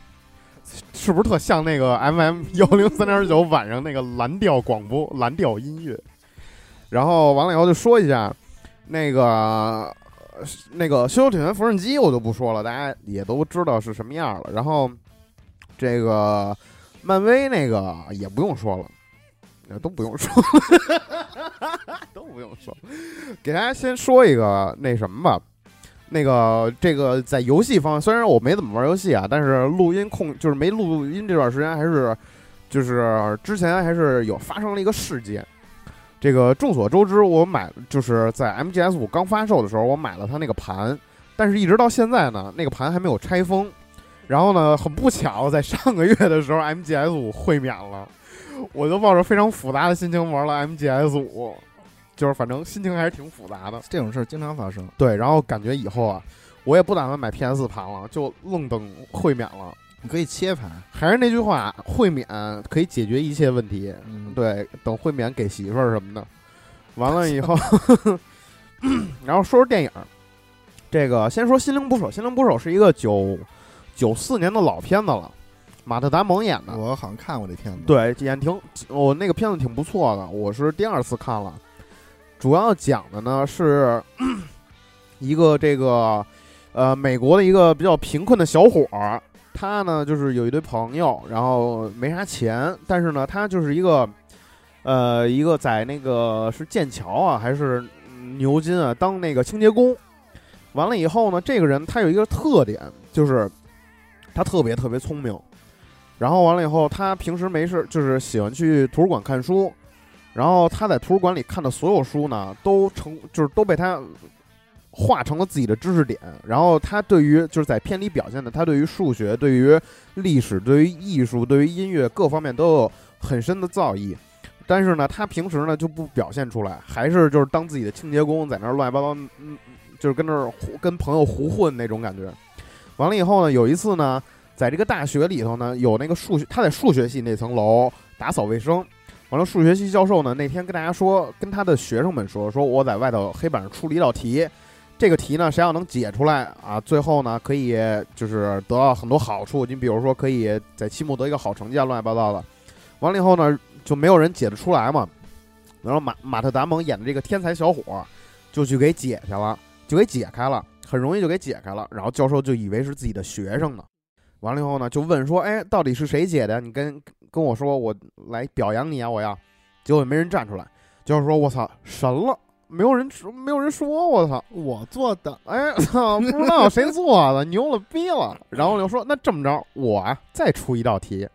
Speaker 2: 是不是特像那个 FM 幺零三点九晚上那个蓝调广播、蓝调音乐？然后完了以后就说一下，那个呃那个《羞羞铁拳缝纫机》我就不说了，大家也都知道是什么样了。然后这个漫威那个也不用说了，呃都不用说， 都不用说，给大家先说一个那什么吧。那个这个在游戏方面，虽然我没怎么玩游戏啊，但是录音控就是没录音这段时间还是就是之前还是有发生了一个事件。这个众所周知，我买就是在 MGS 五刚发售的时候，我买了它那个盘，但是一直到现在呢，那个盘还没有拆封。然后呢，很不巧，在上个月的时候，MGS 五会免了，我就抱着非常复杂的心情玩了 MGS 五，就是反正心情还是挺复杂的。
Speaker 1: 这种事儿经常发生。
Speaker 2: 对，然后感觉以后啊，我也不打算买 PS 盘了，就愣等会免了。
Speaker 1: 你可以切盘，
Speaker 2: 还是那句话，会免可以解决一切问题。
Speaker 1: 嗯，
Speaker 2: 对，等会免给媳妇儿什么的。完了以后， 然后说说电影儿，这个先说《心灵捕手》，《心灵捕手》是一个九九四年的老片子了，马特·达蒙演的。
Speaker 1: 我好像看过这片子。，
Speaker 2: 对，演挺我、那个片子挺不错的，我是第二次看了。主要讲的呢是一个这个呃美国的一个比较贫困的小伙儿，他呢就是有一堆朋友，然后没啥钱，但是呢他就是一个呃一个在那个是剑桥啊还是牛津啊当那个清洁工。完了以后呢，这个人他有一个特点，就是他特别特别聪明，然后完了以后，他平时没事就是喜欢去图书馆看书，然后他在图书馆里看的所有书呢，都成就是都被他呃化成了自己的知识点。然后他对于就是在片里表现的，他对于数学、对于历史、对于艺术、对于音乐各方面都有很深的造诣。但是呢，他平时呢就不表现出来，还是就是当自己的清洁工，在那儿乱七八糟，嗯，就是跟那儿胡跟朋友胡混那种感觉。完了以后呢，有一次呢，在这个大学里头呢，有那个数学，他在数学系那层楼打扫卫生。完了，数学系教授呢那天跟大家说，跟他的学生们说，说我在外头黑板上出了一道题，这个题呢谁要能解出来啊，最后呢可以就是得到很多好处，你比如说可以在期末得一个好成绩啊，乱七八糟的。完了以后呢，就没有人解得出来嘛。然后马马特达蒙演的这个天才小伙儿就去给解去了，就给解开了，很容易就给解开了。然后教授就以为是自己的学生呢。完了以后呢，就问说：“哎，到底是谁解的？你跟跟我说，我来表扬你啊！我要。”结果也没人站出来，就是说：“我操，神了！没有人说，没有人说，我操，
Speaker 1: 我做的。
Speaker 2: 哎，操，不知道谁做的，牛了逼了。”然后就说：“那这么着，我啊再出一道题。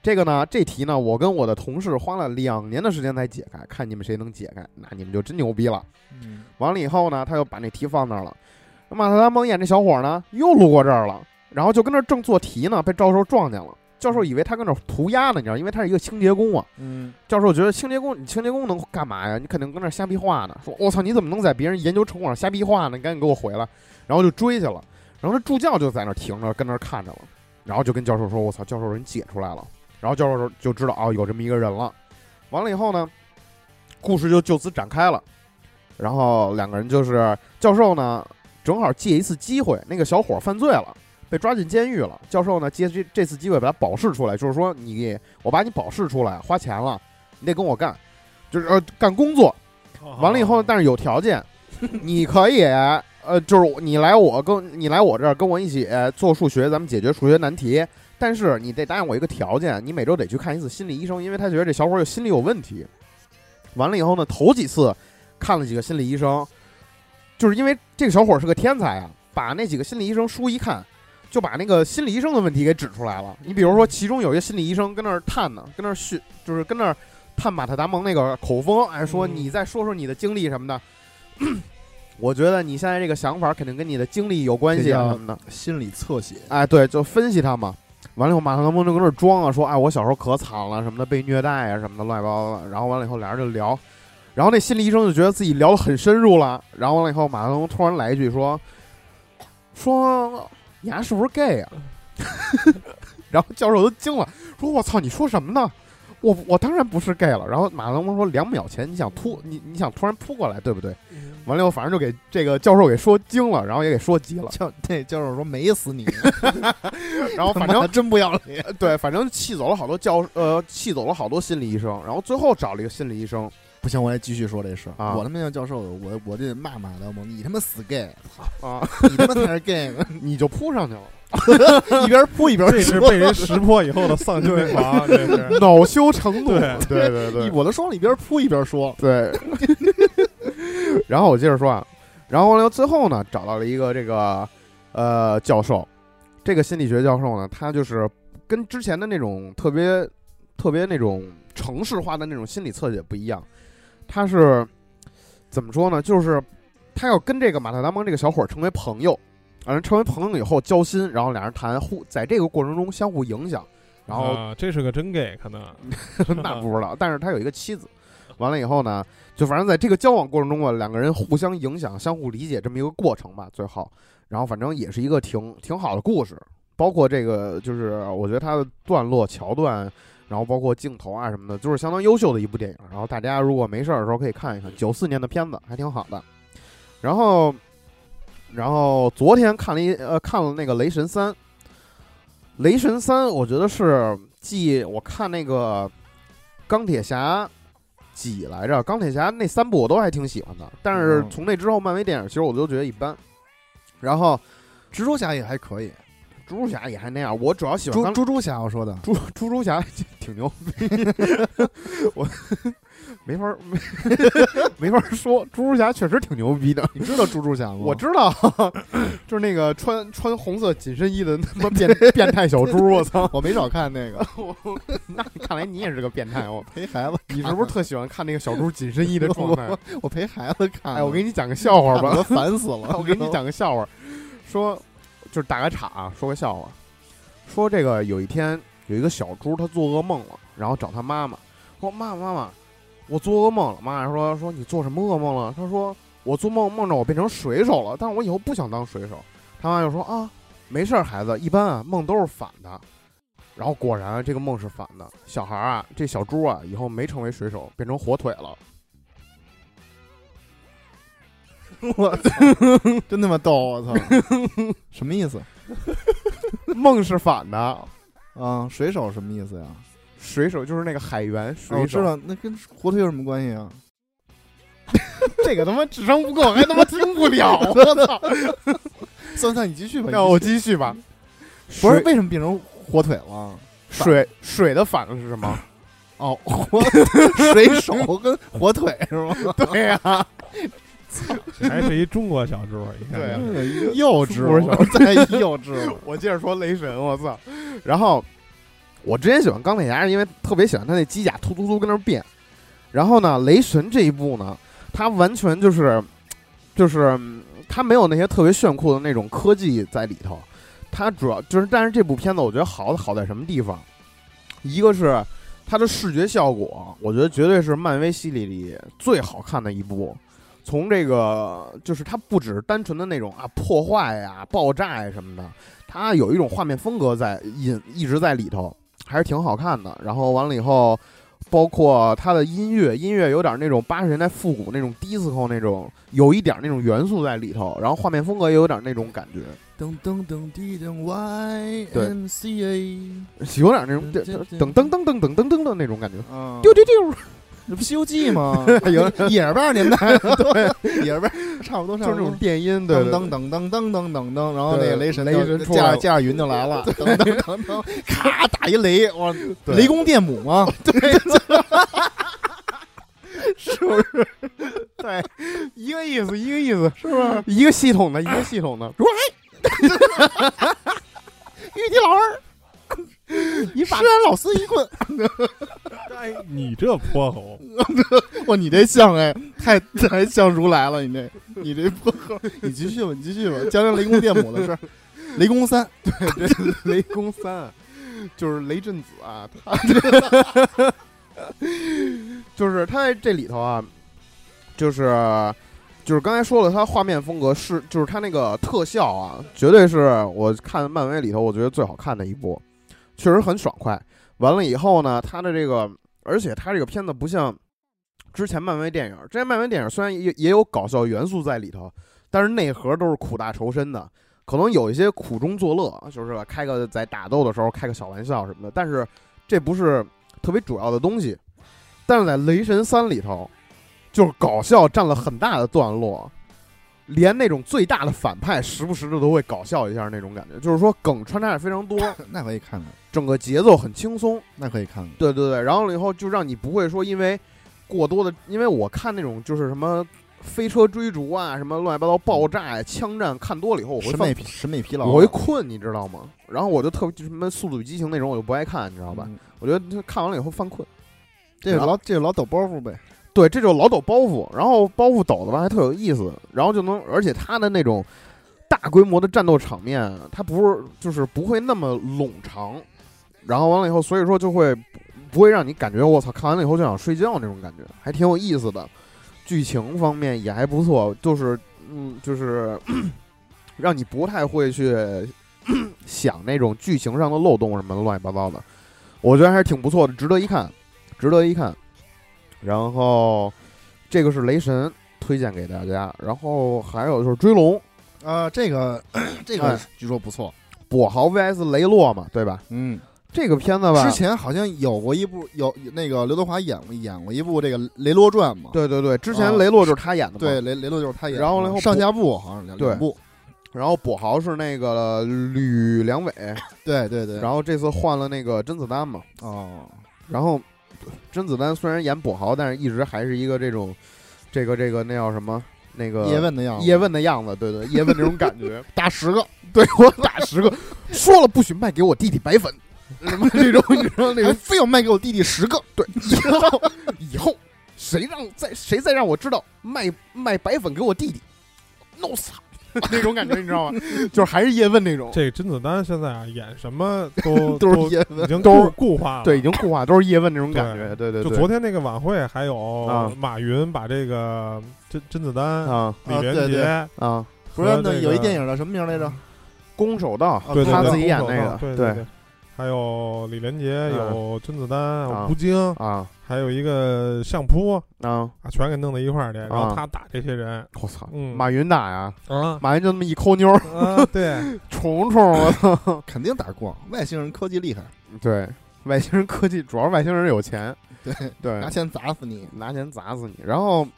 Speaker 2: 这个呢，这题呢，我跟我的同事花了两年的时间才解开，看你们谁能解开，那你们就真牛逼了。”
Speaker 1: 嗯，
Speaker 2: 完了以后呢，他又把那题放那儿了。那马特达蒙演这小伙呢，又路过这儿了，然后就跟那儿正做题呢，被教授撞见了。教授以为他跟那儿涂鸦呢，你知道，因为他是一个清洁工啊。
Speaker 1: 嗯，
Speaker 2: 教授觉得清洁工，你清洁工能干嘛呀？你肯定跟那儿瞎逼画呢。说，我操，你怎么能在别人研究成果上瞎逼画呢？你赶紧给我回来！然后就追去了。然后这助教就在那儿停着，跟那儿看着了。然后就跟教授说：“我操，教授人解出来了。”然后教授就知道哦，有这么一个人了。完了以后呢，故事就就此展开了。然后两个人就是教授呢，正好借一次机会，那个小伙犯罪了，被抓进监狱了。教授呢借这这次机会把他保释出来，就是说你我把你保释出来，花钱了，你得跟我干，就是呃干工作。
Speaker 3: 哦
Speaker 2: 完了以后，但是有条件，你可以呃，就是你来我跟你来我这儿跟我一起呃做数学，咱们解决数学难题。但是你得答应我一个条件，你每周得去看一次心理医生，因为他觉得这小伙儿有心理有问题。完了以后呢，头几次看了几个心理医生，就是因为这个小伙儿是个天才啊，把那几个心理医生书一看，就把那个心理医生的问题给指出来了。你比如说，其中有一个心理医生跟那儿探呢，跟那儿训，就是跟那儿探马特达蒙那个口风，哎，说
Speaker 3: 嗯
Speaker 2: 你再说说你的经历什么的。 我觉得你现在这个想法肯定跟你的经历有关系啊
Speaker 1: 这叫
Speaker 2: 什么的。
Speaker 1: 心理侧写。
Speaker 2: 哎，对，就分析他嘛。完了以后，马特·达蒙就跟那儿装啊，说：“哎，我小时候可惨了，什么的，被虐待啊，什么的，乱七八糟的。”然后完了以后，俩人就聊，然后那心理医生就觉得自己聊得很深入了。然后完了以后，马特·达蒙突然来一句说：“说你 丫是不是 gay 啊？”然后教授都惊了，说：“我操，你说什么呢？”我我当然不是 gay 了。然后马龙说两秒前你想突你你想突然扑过来，对不对？完了以后反正就给这个教授给说惊了，然后也给说急了。
Speaker 1: 教那教授说没死你，
Speaker 2: 然后
Speaker 1: 他
Speaker 2: 反
Speaker 1: 妈
Speaker 2: 正
Speaker 1: 真不要 脸。
Speaker 2: 对，反正气走了好多教呃气走了好多心理医生，然后最后找了一个心理医生，
Speaker 1: 不行，我得继续说这事儿。
Speaker 2: 啊
Speaker 1: 我他妈要教授，我我得骂马德蒙，你他妈死 gay，
Speaker 2: 啊，
Speaker 1: 你他妈才是 gay，呢
Speaker 2: 你就扑上去了，
Speaker 1: 一边扑一边
Speaker 3: 这是
Speaker 1: 说。
Speaker 3: 被人识破以后的丧心病狂，啊这 是。
Speaker 2: 恼羞成怒，
Speaker 3: 对
Speaker 2: 对对对，
Speaker 1: 我都说了一边扑一边说，
Speaker 2: 对。然后我接着说啊，然后呢，最后呢，找到了一个这个呃教授，这个心理学教授呢，他就是跟之前的那种特别特别那种城市化的那种心理测写不一样，他是怎么说呢？就是他要跟这个马特达蒙这个小伙儿成为朋友，两人成为朋友以后交心，然后俩人谈互在这个过程中相互影响，然后
Speaker 3: 啊这是个真 gay，可能
Speaker 2: 那不知道，但是他有一个妻子。完了以后呢，就反正在这个交往过程中吧，两个人互相影响、相互理解这么一个过程吧，最后，然后反正也是一个挺挺好的故事，包括这个就是我觉得它的段落、桥段，然后包括镜头啊什么的，就是相当优秀的一部电影。然后大家如果没事儿的时候可以看一看，九四年的片子还挺好的。然后，然后昨天看了一呃看了那个《雷神三》，《雷神三》我觉得是继我看那个钢铁侠几来着？钢铁侠那三部我都还挺喜欢的，但是
Speaker 1: 嗯
Speaker 2: 从那之后漫威电影其实我都觉得一般。然后
Speaker 1: 蜘蛛侠也还可以，
Speaker 2: 蜘蛛侠也还那样，我主要喜欢
Speaker 1: 猪
Speaker 2: 钢
Speaker 1: 猪猪侠我 说的，
Speaker 2: 猪猪猪侠挺牛逼， 我没法儿 没没法儿说，猪猪侠确实挺牛逼的。
Speaker 1: 你知道猪猪侠吗？
Speaker 2: 我知道， 就是那个穿穿红色紧身衣的他妈变变态小猪，我操！
Speaker 1: 我没少看那个，
Speaker 2: 那看来你也是个变态，我
Speaker 1: 陪孩子看的，
Speaker 2: 你是不是特喜欢看那个小猪紧身衣的状态？
Speaker 1: 我陪孩子看的？
Speaker 2: 哎，我给你讲个笑话吧。
Speaker 1: 我，烦死了
Speaker 2: 我给你讲个笑话，说就是打个岔啊，说个笑话，说这个有一天有一个小猪他做噩梦了，然后找他妈妈说妈妈妈妈，我做噩梦了。妈妈说说你做什么噩梦了？他说我做梦梦着我变成水手了，但是我以后不想当水手。他妈就说啊，没事儿，孩子，一般啊梦都是反的。然后果然这个梦是反的，小孩儿啊，这小猪啊，以啊后没成为水手，变成火腿了。
Speaker 1: 你，我操，真他妈逗！啊我操， 什么意思
Speaker 2: 梦是反的，
Speaker 1: 啊？水手什么意思呀？哦
Speaker 2: 水手就是那个海员水手。
Speaker 1: 我知道，那跟火腿有什么关系 啊？
Speaker 2: 这个他妈智商 不够，还他妈听不 了。
Speaker 1: 我操！算算，你继续吧。
Speaker 2: 那我继续吧。
Speaker 1: 不是为什么变成火腿了？
Speaker 2: 水水的反的是什么？
Speaker 1: 哦，火水手跟火腿是 吗？
Speaker 2: 对呀、
Speaker 3: 还是一中国小猪，你看
Speaker 2: 对啊
Speaker 3: 看，
Speaker 1: 幼稚，
Speaker 2: 不是小
Speaker 1: 再幼稚 了。
Speaker 2: 我接着说雷神，我操！然后我之前喜欢钢铁侠，是因为特别喜欢他那机甲突突突跟那儿变。然后呢，雷神这一部呢，他完全就是就是嗯他没有那些特别炫酷的那种科技在里头，他主要就是，但是这部片子我觉得好好在什么地方？一个是它的视觉效果，我觉得绝对是漫威系列里最好看的一部。从这个就是它不只是单纯的那种啊破坏呀、爆炸呀什么的，它有一种画面风格在引一直在里头，还是挺好看的。然后完了以后，包括它的音乐，音乐有点那种八十年代复古那种 disco 那种，有一点那种元素在里头。然后画面风格也有点那种感觉，
Speaker 1: 噔噔噔滴噔 Y
Speaker 2: 对
Speaker 1: M C A，
Speaker 2: 有点那种噔噔噔噔噔噔噔的那种感觉。
Speaker 1: 啊，
Speaker 2: 丢丢丢，
Speaker 1: 这不《西游记》 吗？有 也是八十年代， 对，也是八十差不多，
Speaker 2: 就是
Speaker 1: 差
Speaker 2: 那
Speaker 1: 不
Speaker 2: 种
Speaker 1: 多。
Speaker 2: 电音，对对
Speaker 1: 噔噔噔噔噔噔噔噔，然后那
Speaker 2: 对
Speaker 1: 个雷神就
Speaker 2: 雷神出来
Speaker 1: 驾
Speaker 2: 了
Speaker 1: 驾着云就来了，噔噔噔 噔，咔打一雷，我雷公电母嘛，
Speaker 2: 对，一个意思，一个意思，是不是？一个系统的，一个系统的。喂，
Speaker 1: 玉帝老二，你把然老孙一棍，
Speaker 3: 哎，你这泼猴，
Speaker 1: 哇，你这像哎，太太像如来了，你这你这不合，你继续吧，你继续吧，讲讲雷公电母的事儿，雷公三，
Speaker 2: 雷公三，啊就是雷震子啊，他就是他在这里头啊，就是就是刚才说了，他画面风格是，就是他那个特效啊，绝对是我看漫威里头我觉得最好看的一部，确实很爽快。完了以后呢，他的这个而且它这个片子不像之前漫威电影，之前漫威电影虽然也也有搞笑元素在里头，但是内核都是苦大仇深的，可能有一些苦中作乐，啊就是吧开个在打斗的时候开个小玩笑什么的，但是这不是特别主要的东西。但是在《雷神三》里头，就是搞笑占了很大的段落，连那种最大的反派时不时的都会搞笑一下那种感觉，就是说梗穿插的非常多，
Speaker 1: 那可以看看，
Speaker 2: 整个节奏很轻松。
Speaker 1: 那可以看看。
Speaker 2: 对对对，然后了以后就让你不会说因为过多的，因为我看那种就是什么飞车追逐啊，什么乱七八糟爆炸呀、枪战，看多了以后我会
Speaker 1: 审
Speaker 2: 犯
Speaker 1: 美疲审美疲劳了，啊嗯
Speaker 2: 我会困，你知道吗？然后我就特别就什么《速度与激情》那种，我就不爱看，你知道吧？
Speaker 1: 嗯？
Speaker 2: 我觉得看完了以后犯困。
Speaker 1: 这个老这个老抖包袱呗，
Speaker 2: 对，这就是老抖包袱，然后包袱抖的吧还特有意思，然后就能，而且他的那种大规模的战斗场面，他不是就是不会那么冗长，然后完了以后，所以说就会不会让你感觉我操，看完了以后就想睡觉那种感觉，还挺有意思的。剧情方面也还不错，就是嗯，就是 让你不太会去 想那种剧情上的漏洞什么的乱七八糟的，我觉得还是挺不错的，值得一看，值得一看。然后这个是雷神推荐给大家，然后还有就是追龙，
Speaker 1: 啊，这个这个
Speaker 2: 哎
Speaker 1: 据说不错，
Speaker 2: 跛豪 VS 雷洛嘛，对吧？
Speaker 1: 嗯，
Speaker 2: 这个片子吧，
Speaker 1: 之前好像有过一部有有那个刘德华演过演过一部这个《雷洛传》嘛，
Speaker 2: 对对对，之前
Speaker 1: 啊
Speaker 2: 雷洛就是他演的嘛，
Speaker 1: 对，雷雷洛就是他演的，
Speaker 2: 然后然后
Speaker 1: 上下部好像两
Speaker 2: 对
Speaker 1: 两部，
Speaker 2: 然后跛豪是那个吕良伟，
Speaker 1: 对对对，
Speaker 2: 然后这次换了那个甄子丹嘛，
Speaker 1: 哦，
Speaker 2: 然后甄子丹虽然演跛豪，但是一直还是一个这种这个这个那叫什么那个
Speaker 1: 叶问的样子，
Speaker 2: 叶问的样子，对对，叶问那种感觉，
Speaker 1: 打十个，
Speaker 2: 对我打十个，说了不许卖给我弟弟白粉，什么这种你知道那
Speaker 1: 还
Speaker 2: 种
Speaker 1: 非要卖给我弟弟十个，
Speaker 2: 对，以后以后谁让再谁再让我知道卖卖白粉给我弟弟，弄死他 那种感觉，你知道吗？就是还是叶问那种，
Speaker 3: 这个甄子丹现在啊，演什么
Speaker 1: 都
Speaker 3: 都都
Speaker 1: 是叶
Speaker 3: 已
Speaker 1: 问，
Speaker 3: 经
Speaker 2: 都是
Speaker 3: 固固化了。
Speaker 2: 对，已经固化都是叶问那种感觉，对对
Speaker 3: 就
Speaker 2: 对，
Speaker 3: 昨天那个晚会，还有
Speaker 2: 啊
Speaker 3: 马云把这个甄甄子丹、
Speaker 2: 啊
Speaker 3: 李
Speaker 1: 啊对
Speaker 3: 连
Speaker 1: 对
Speaker 3: 杰
Speaker 2: 啊，
Speaker 1: 不是
Speaker 3: 和
Speaker 1: 那
Speaker 3: 这
Speaker 1: 有一
Speaker 3: 个
Speaker 1: 电影叫什么名来着？
Speaker 2: 攻守道，
Speaker 1: 啊
Speaker 3: 对对
Speaker 2: 他
Speaker 3: 对
Speaker 2: 自己演
Speaker 3: 空手
Speaker 2: 那
Speaker 3: 道
Speaker 2: 个，
Speaker 3: 对对，还有李连杰，
Speaker 2: 嗯
Speaker 3: 有甄子丹，
Speaker 2: 啊
Speaker 3: 有吴京，
Speaker 2: 啊
Speaker 3: 还有一个相扑
Speaker 2: 啊，
Speaker 3: 啊，全给弄到一块儿去，然
Speaker 2: 啊
Speaker 3: 后他打这些人
Speaker 2: 我操，
Speaker 3: 嗯
Speaker 2: 马云打呀，
Speaker 3: 啊
Speaker 2: 马云就那么一抠妞儿，
Speaker 3: 啊， 对，
Speaker 2: 虫虫，我操，
Speaker 1: 肯定打过，外星人科技厉害，
Speaker 2: 对，外星人科技，主要是外星人有钱，
Speaker 1: 对，
Speaker 2: 对
Speaker 1: 拿，钱砸死你，
Speaker 2: 拿钱砸死你。然后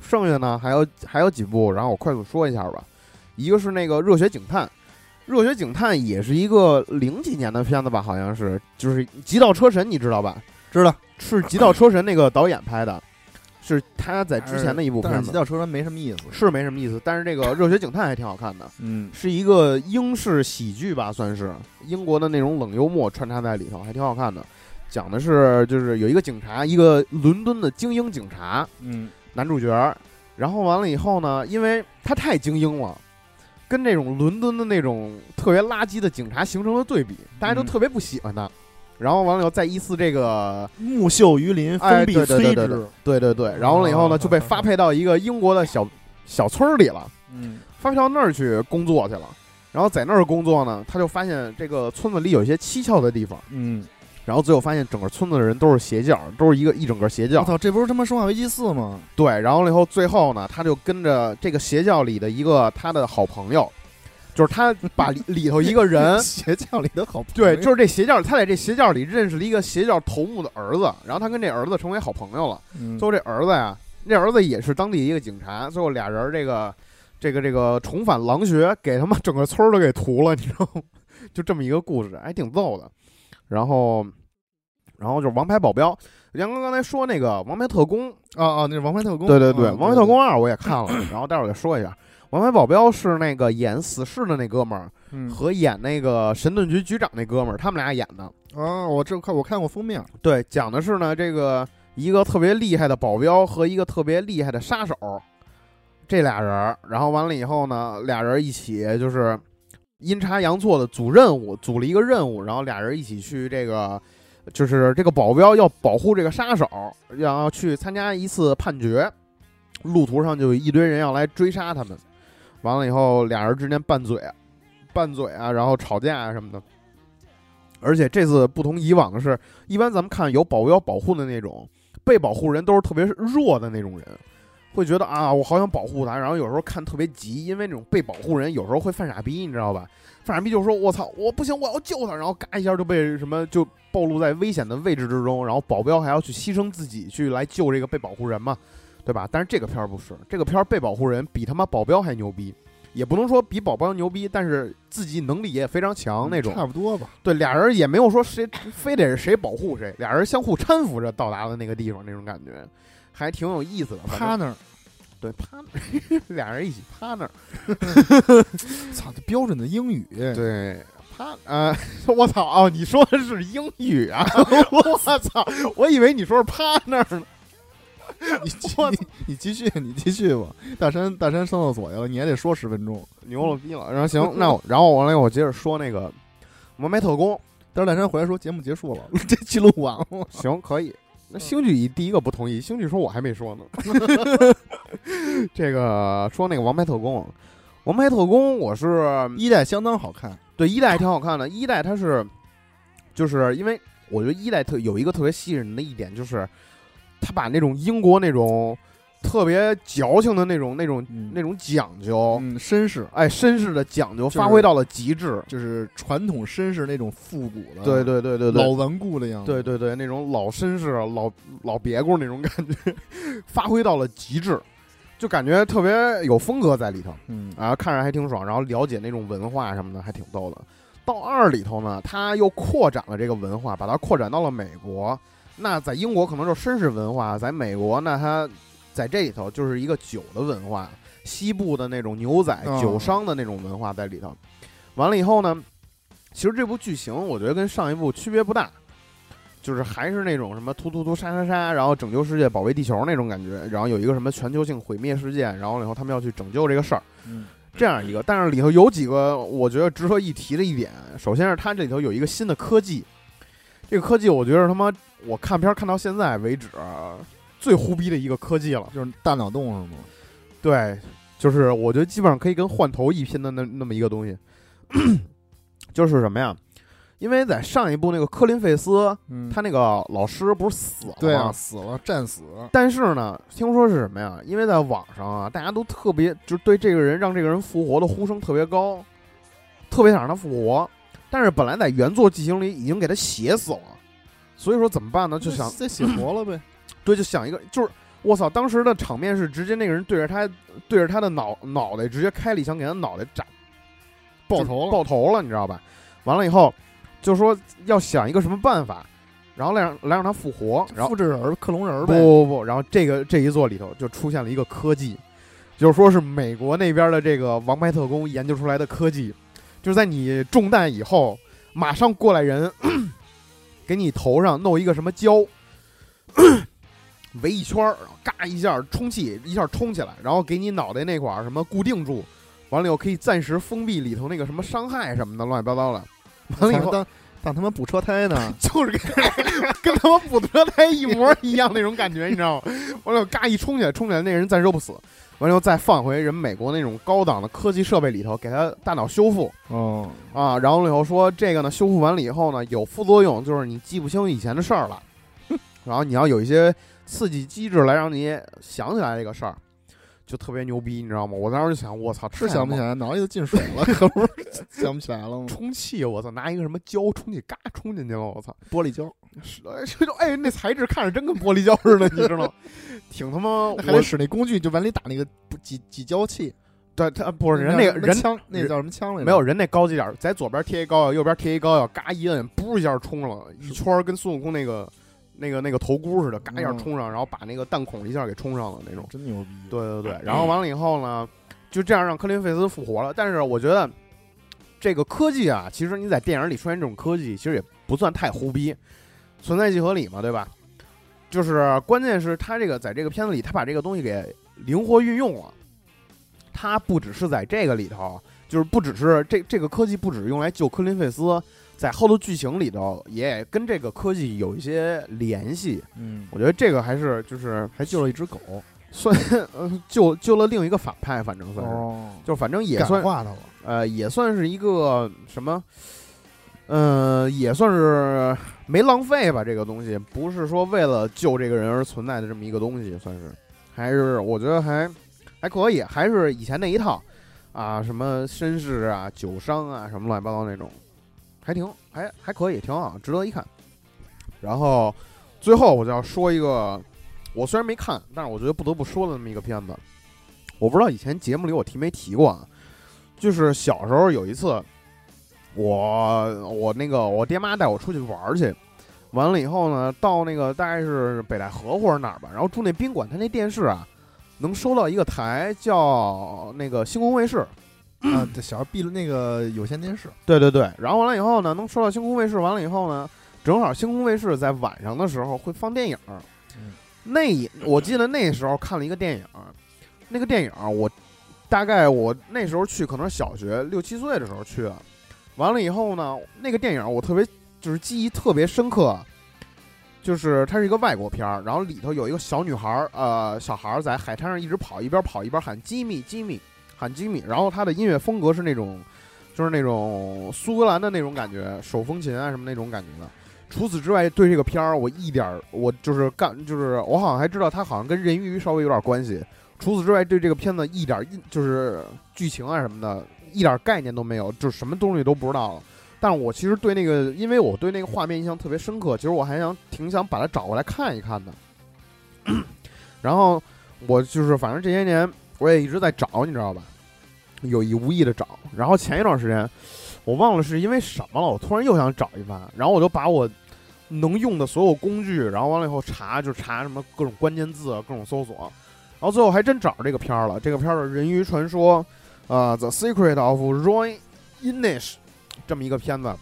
Speaker 2: 剩下呢还有还有几部，然后我快速说一下吧。一个是那个《热血警探》，《热血警探》也是一个零几年的片子吧，好像是，就是《极道车神》，你知道吧？
Speaker 1: 知道。
Speaker 2: 是《极道车神》那个导演拍的，是他在之前的一部
Speaker 1: 但
Speaker 2: 片
Speaker 1: 是极
Speaker 2: 子，
Speaker 1: 道车神没什么意思，
Speaker 2: 是没什么意思。但是这个《热血警探》还挺好看的，
Speaker 1: 嗯，
Speaker 2: 是一个英式喜剧吧，算是英国的那种冷幽默穿插在里头，还挺好看的。讲的是就是有一个警察，一个伦敦的精英警察，
Speaker 1: 嗯，
Speaker 2: 男主角儿。然后完了以后呢，因为他太精英了，跟这种伦敦的那种特别垃圾的警察形成了对比，大家都
Speaker 1: 嗯
Speaker 2: 特别不喜欢他。然后完了以后，再依次这个，
Speaker 1: 木秀于林，
Speaker 2: 哎
Speaker 1: 风必
Speaker 2: 对对对
Speaker 1: 摧
Speaker 2: 对
Speaker 1: 之。
Speaker 2: 对对对，然后了以后呢，
Speaker 3: 哦
Speaker 2: 就被发配到一个英国的小小村儿里了，
Speaker 1: 嗯，
Speaker 2: 发配到那儿去工作去了。然后在那儿工作呢，他就发现这个村子里有一些蹊跷的地方，
Speaker 1: 嗯，
Speaker 2: 然后最后发现整个村子的人都是邪教，都是一个一整个邪教
Speaker 1: 我。操，这不是他妈《生化危机四》吗？，
Speaker 2: 对，然后了以后最后呢，他就跟着这个邪教里的一个他的好朋友，就是他把里里头一个 人
Speaker 1: 邪教里的好朋友
Speaker 2: 嗯对，就是这邪教，他在这邪教里认识了一个邪教头目的儿子，然后他跟这儿子成为好朋友了。
Speaker 1: 嗯
Speaker 2: 最后这儿子呀，这儿子也是当地一个警察，最后俩人这个这个这个重返狼穴，给他妈整个村儿都给屠了，你知道吗？ 就这么一个故事，还挺逗的。然后，然后就是《王牌保镖》，杨哥刚才说那个《王牌特工》，
Speaker 1: 啊啊，那是《王牌特工》
Speaker 2: 对对
Speaker 1: 啊
Speaker 2: 对，《王牌特工二》我也看了，然后待会儿再说一下。《王牌保镖》是那个演死侍的那哥们儿
Speaker 1: 嗯
Speaker 2: 和演那个神盾局局长那哥们儿，他们俩演的。
Speaker 1: 啊，我这看我看过封面，
Speaker 2: 对，讲的是呢，这个一个特别厉害的保镖和一个特别厉害的杀手，这俩人儿，然后完了以后呢，俩人一起就是阴差阳错的组任务，组了一个任务，然后俩人一起去这个，就是这个保镖要保护这个杀手，然后去参加一次判决，路途上就有一堆人要来追杀他们，完了以后俩人之间拌嘴，拌嘴啊，然后吵架啊什么的。而且这次不同以往的是，一般咱们看有保镖保护的那种，被保护人都是特别弱的那种人，会觉得啊，我好想保护他。然后有时候看特别急，因为那种被保护人有时候会犯傻逼，你知道吧？犯傻逼就说我操，我不行，我要救他，然后嘎一下就被什么就暴露在危险的位置之中，然后保镖还要去牺牲自己去来救这个被保护人嘛，对吧？但是这个片儿不是，这个片儿被保护人比他妈保镖还牛逼。也不能说比保镖牛逼，但是自己能力也非常强那种，
Speaker 1: 差不多吧。
Speaker 2: 对，俩人也没有说谁非得是谁保护谁，俩人相互搀扶着到达了那个地方，那种感觉还挺有意思的。
Speaker 1: 趴
Speaker 2: 反正
Speaker 1: 那儿，
Speaker 2: 对趴那儿， 俩人一起趴那儿，
Speaker 1: 操，这标准的英语，
Speaker 2: 对趴呃， 我操哦，你说的是英语啊？我操，我以为你说是趴那儿呢。
Speaker 1: 你继
Speaker 2: 我
Speaker 1: 你你继续，你继续吧。大山大山上厕所去了，你还得说十分钟。
Speaker 2: 牛了逼了，然后行，那我然后完了，我接着说那个摩麦特工，
Speaker 1: 但是大山回来说节目结束了， 这记录完了。
Speaker 2: 行，可以。
Speaker 1: 嗯
Speaker 2: 那星举一第一个不同意，星举说我还没说呢。 这个说那个王牌特工，王牌特工，我 是
Speaker 1: 一代相当好看，
Speaker 2: 对一代还挺好看的。一代它是，就是因为我觉得一代特有一个特别吸引人的一点，就是他把那种英国那种特别矫情的那种那种
Speaker 1: 嗯
Speaker 2: 那种讲究，
Speaker 1: 嗯，绅士
Speaker 2: 哎，绅士的讲究
Speaker 1: 是
Speaker 2: 发挥到了极致。
Speaker 1: 就是传统绅士那种复古的，
Speaker 2: 对对对对对，
Speaker 1: 老顽固的样子。
Speaker 2: 对对对，那种老绅士、啊老老别故那种感觉， 发挥到了极致，就感觉特别有风格在里头
Speaker 1: 嗯，
Speaker 2: 啊，看着还挺爽。然后了解那种文化什么的，还挺逗的。到二里头呢，他又扩展了这个文化，把它扩展到了美国。那在英国可能就是绅士文化，在美国呢，它在这里头就是一个酒的文化，西部的那种牛仔、
Speaker 1: 哦
Speaker 2: 酒商的那种文化在里头。完了以后呢，其实这部剧情我觉得跟上一部区别不大，就是还是那种什么突突突杀杀杀，然后拯救世界、保卫地球那种感觉，然后有一个什么全球性毁灭事件，然后以后他们要去拯救这个事儿，
Speaker 1: 嗯
Speaker 2: 这样一个。但是里头有几个我觉得值得一提的一点，首先是它这里头有一个新的科技，这个科技我觉得是他妈我看片儿看到现在为止啊最胡逼的一个科技了，
Speaker 1: 就是大脑洞是吗？
Speaker 2: 对，就是我觉得基本上可以跟换头一拼的那那么一个东西， 就是什么呀？因为在上一部那个科林费斯，
Speaker 1: 嗯
Speaker 2: 他那个老师不是死了吗？
Speaker 1: 对啊，死了，战死。
Speaker 2: 但是呢，听说是什么呀？因为在网上啊，大家都特别就是对这个人让这个人复活的呼声特别高，特别想让他复活。但是本来在原作剧情里已经给他写死了，所以说怎么办呢？就想
Speaker 1: 再写活了呗。
Speaker 2: 对，就想一个，就是我操，当时的场面是直接那个人对着他对着他的脑脑袋直接开了一枪，给他脑袋炸
Speaker 1: 爆
Speaker 2: 就
Speaker 1: 头了
Speaker 2: 爆头了，你知道吧？完了以后就说要想一个什么办法，然后来让来让他复活，然后
Speaker 1: 复制人儿克隆人儿
Speaker 2: 不
Speaker 1: 呗，
Speaker 2: 不不，然后这个这一座里头就出现了一个科技，就是说是美国那边的这个王牌特工研究出来的科技，就是在你中弹以后，马上过来人 给你头上弄一个什么胶， 围一圈儿，然后嘎一下充气，一下充起来，然后给你脑袋那块儿什么固定住，完了以后可以暂时封闭里头那个什么伤害什么的乱七八糟的，完了以
Speaker 1: 当
Speaker 2: 后
Speaker 1: 当当他妈补车胎呢，
Speaker 2: 就是跟跟他妈补车胎一模一样那种感觉，你知道吗？完了，嘎一冲起来，冲起来，那人暂时不死，完了又再放回人美国那种高档的科技设备里头，给他大脑修复
Speaker 1: 哦，
Speaker 2: 啊。然后以后说这个呢，修复完了以后呢，有副作用，就是你记不清以前的事儿了， 然后你要有一些刺激机制来让你想起来这个事儿，就特别牛逼，你知道吗？我当时就想，我操，
Speaker 1: 是
Speaker 2: 太
Speaker 1: 想不
Speaker 2: 猛
Speaker 1: 起来，脑袋都进水了， 可不是想不起来了吗？
Speaker 2: 充气，我操，拿一个什么胶充气，嘎冲进去了，我操。
Speaker 1: 玻璃胶
Speaker 2: 是，哎这种哎，那材质看着真跟玻璃胶似的，你知道吗？ 挺他妈，
Speaker 1: 还得
Speaker 2: 我
Speaker 1: 使那工具，就往里打那个挤挤胶器，
Speaker 2: 对他不是人那
Speaker 1: 叫
Speaker 2: 个
Speaker 1: 什么
Speaker 2: 人
Speaker 1: 枪，那叫什么枪来着？
Speaker 2: 没有人那高级点儿，在左边贴一膏药，右边贴一膏药，嘎一摁，噗一下冲上了一圈，儿，跟孙悟空那个那个那个头箍似的，嘎一下
Speaker 1: 嗯
Speaker 2: 冲上，然后把那个弹孔一下给冲上了那种。
Speaker 1: 真牛逼！
Speaker 2: 对对对，然后完了以后呢，就这样让科林费斯复活了。但是我觉得这个科技啊，其实你在电影里出现这种科技，其实也不算太胡逼，存在即合理嘛，对吧？就是关键是他这个在这个片子里，他把这个东西给灵活运用了。他不只是在这个里头，就是不只是这这个科技不只是用来救科林费斯，在后头剧情里头也跟这个科技有一些联系。
Speaker 1: 嗯，
Speaker 2: 我觉得这个还是就是
Speaker 1: 还救了一只狗，
Speaker 2: 算呃救救了另一个反派，反正算是，
Speaker 1: 哦，
Speaker 2: 就反正也
Speaker 1: 感
Speaker 2: 算
Speaker 1: 化他了，
Speaker 2: 呃也算是一个什么嗯，也算是没浪费吧。这个东西不是说为了救这个人而存在的这么一个东西，算是还是我觉得还还可以，还是以前那一套啊，什么绅士啊、酒商啊，什么乱七八糟那种，还挺还还可以，挺好，值得一看。然后最后我就要说一个，我虽然没看，但是我觉得不得不说的那么一个片子，我不知道以前节目里我提没提过啊，就是小时候有一次。我我那个我爹妈带我出去玩儿去，完了以后呢，到那个大概是北戴河或者哪儿吧，然后住那宾馆，他那电视啊，能收到一个台叫那个星空卫视，
Speaker 1: 啊，对小时候闭那个有线电视，
Speaker 2: 对对对，然后完了以后呢，能收到星空卫视，完了以后呢，正好星空卫视在晚上的时候会放电影儿
Speaker 1: 嗯，
Speaker 2: 那一我记得那时候看了一个电影儿，那个电影儿我大概我那时候去可能是小学六七岁的时候去的，完了以后呢，那个电影儿我特别就是记忆特别深刻。就是它是一个外国片儿，然后里头有一个小女孩儿，呃，小孩儿在海滩上一直跑，一边跑一边喊吉米吉米，喊吉米。然后它的音乐风格是那种就是那种苏格兰的那种感觉，手风琴啊什么那种感觉的。除此之外，对这个片儿我一点儿，我就是干，就是我好像还知道它好像跟人鱼稍微有点关系。除此之外，对这个片子一点儿印就是剧情啊什么的，一点儿概念都没有，就是什么东西都不知道了。但我其实对那个，因为我对那个画面印象特别深刻，其实我还想挺想把它找过来看一看的。然后我就是反正这些年我也一直在找，你知道吧？有意无意的找。然后前一段时间，我忘了是因为什么了，我突然又想找一番，然后我就把我能用的所有工具，然后完了以后查，就查什么各种关键字、啊各种搜索，然后最后还真找着这个片儿了。这个片儿是《人鱼传说》，呃，《The Secret of Roy Inish》这么一个片子，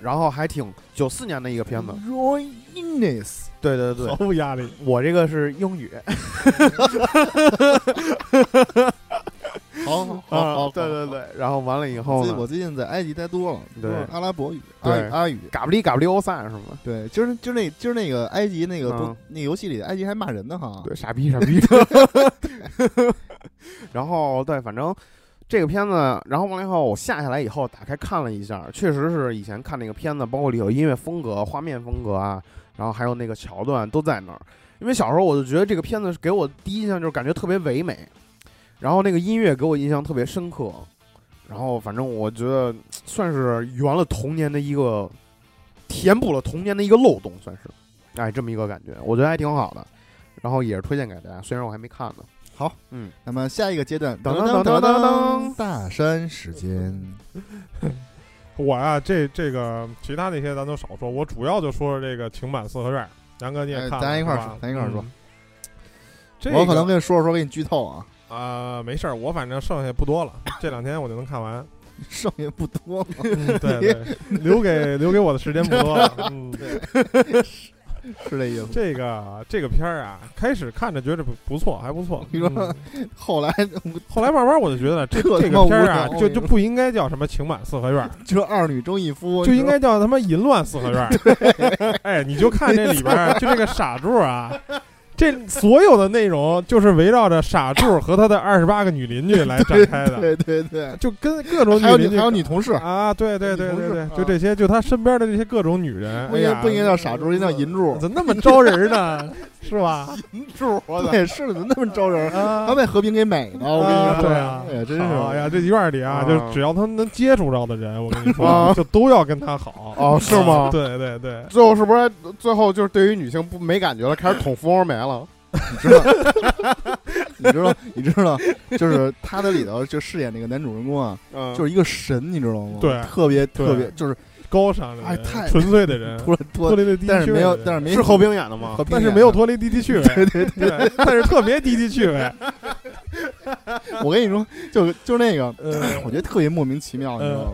Speaker 2: 然后还挺九四年的一个片子。
Speaker 1: 嗯 Roy Innes，
Speaker 2: 对对对
Speaker 3: 毫，无压力。
Speaker 2: 我这个是英语。
Speaker 1: 好好好
Speaker 2: 啊
Speaker 1: 好，，
Speaker 2: 对对对，然后完了以后
Speaker 1: 最
Speaker 2: 呢
Speaker 1: 我最近在埃及待多了，
Speaker 2: 哦
Speaker 1: 都
Speaker 2: 对
Speaker 1: 是阿拉伯语，阿
Speaker 2: 对
Speaker 1: 阿语，
Speaker 2: 嘎不哩嘎不哩欧萨是吗？
Speaker 1: 对，今儿今儿那今儿那个埃及那个
Speaker 2: 嗯
Speaker 1: 都那游戏里埃及还骂人呢哈，
Speaker 2: 对，傻逼傻逼。 然后对，反正这个片子，然后完了以后我下下来以后打开看了一下，确实是以前看那个片子，包括里头音乐风格、画面风格啊，然后还有那个桥段都在那儿。因为小时候我就觉得这个片子给我第一印象就是感觉特别唯美，然后那个音乐给我印象特别深刻，然后反正我觉得算是圆了童年的一个，填补了童年的一个漏洞，算是，哎，这么一个感觉，我觉得还挺好的，然后也是推荐给大家，虽然我还没看呢。
Speaker 1: 好，
Speaker 2: 嗯，
Speaker 1: 那么下一个阶段，
Speaker 2: 噔噔噔噔噔噔
Speaker 1: 大山时间，
Speaker 3: 我呀、这这个其他那些咱都少说，我主要就说说这个情版四合院儿。杨哥你也
Speaker 1: 哎
Speaker 3: 看了、
Speaker 1: 咱一块儿
Speaker 3: 是吧
Speaker 1: 说咱一块儿说
Speaker 3: 嗯这
Speaker 1: 我可
Speaker 3: 个
Speaker 1: 能跟你说说，给你剧透啊，
Speaker 3: 啊、没事儿，我反正剩下不多了，这两天我就能 看完。
Speaker 1: 剩下不多了，
Speaker 3: 对对，留给留给我的时间不 多了。嗯，
Speaker 1: 是这意思。
Speaker 3: 这个这个片儿啊，开始看着觉得不不错，还不错。
Speaker 1: 你说
Speaker 3: 嗯
Speaker 1: 后来
Speaker 3: 后来慢慢我就觉得这
Speaker 1: 这
Speaker 3: 这
Speaker 1: 他妈
Speaker 3: 个片
Speaker 1: 无
Speaker 3: 儿
Speaker 1: 聊
Speaker 3: 啊
Speaker 1: 我，跟
Speaker 3: 就
Speaker 1: 你
Speaker 3: 就
Speaker 1: 说
Speaker 3: 不应该叫什么情版四合院儿，
Speaker 1: 就二女争一夫，
Speaker 3: 就
Speaker 1: 你
Speaker 3: 应
Speaker 1: 说
Speaker 3: 该叫他妈淫乱四合院儿。哎，你就看这里边儿，就这个傻柱啊，这所有的内容就是围绕着傻柱和他的二十八个女邻居来展开的，
Speaker 1: 对对对，
Speaker 3: 就跟各种
Speaker 1: 还有
Speaker 3: 邻
Speaker 1: 女
Speaker 3: 居
Speaker 1: 还有女同 事，
Speaker 3: 啊，对对对
Speaker 1: 女同
Speaker 3: 对
Speaker 1: 事
Speaker 3: 对，
Speaker 1: 啊
Speaker 3: 就这些，就他身边的这些各种女人，
Speaker 1: 不应
Speaker 3: 哎呀
Speaker 1: 该不应该叫傻柱，应该叫银柱，
Speaker 3: 怎么那么招人呢？ 是吧？
Speaker 1: 银柱，对，是的怎么那么招人？
Speaker 3: 啊
Speaker 1: 他，被和平给美的，我跟
Speaker 3: 啊
Speaker 1: 你说，
Speaker 3: 对啊
Speaker 1: 哎呀，真
Speaker 3: 好
Speaker 1: 是，
Speaker 3: 呀，这院里
Speaker 2: 啊
Speaker 3: 啊，就只要他能接触着的人，我跟你说
Speaker 2: 啊，
Speaker 3: 就都要跟他好。
Speaker 2: 哦是吗
Speaker 3: 啊对对对，
Speaker 2: 最后是不是最后就是对于女性不没感觉了，开始捅蜂窝煤了？
Speaker 1: 你知道，你知道，你知道，就是他在里头就饰演那个男主人公啊，
Speaker 2: 嗯，
Speaker 1: 就是一个神，你知道吗？
Speaker 3: 对
Speaker 1: 特别
Speaker 3: 对
Speaker 1: 特别，就是
Speaker 3: 高尚的
Speaker 1: 哎
Speaker 3: 人，
Speaker 1: 太
Speaker 3: 纯粹的人，
Speaker 1: 脱
Speaker 3: 脱
Speaker 1: 脱，
Speaker 3: 离了低级
Speaker 1: 但
Speaker 3: 趣味的人，
Speaker 1: 是没有，但是没
Speaker 2: 是侯冰演的吗
Speaker 1: 和？平
Speaker 3: 但是
Speaker 1: 演
Speaker 3: 没有
Speaker 1: 的。
Speaker 3: 脱离低级趣味，
Speaker 1: 对对对，
Speaker 3: 对，但是特别低级趣味。
Speaker 1: 我跟你说，就就那个，
Speaker 3: 嗯
Speaker 1: 我觉得特别莫名其妙，你知道吗？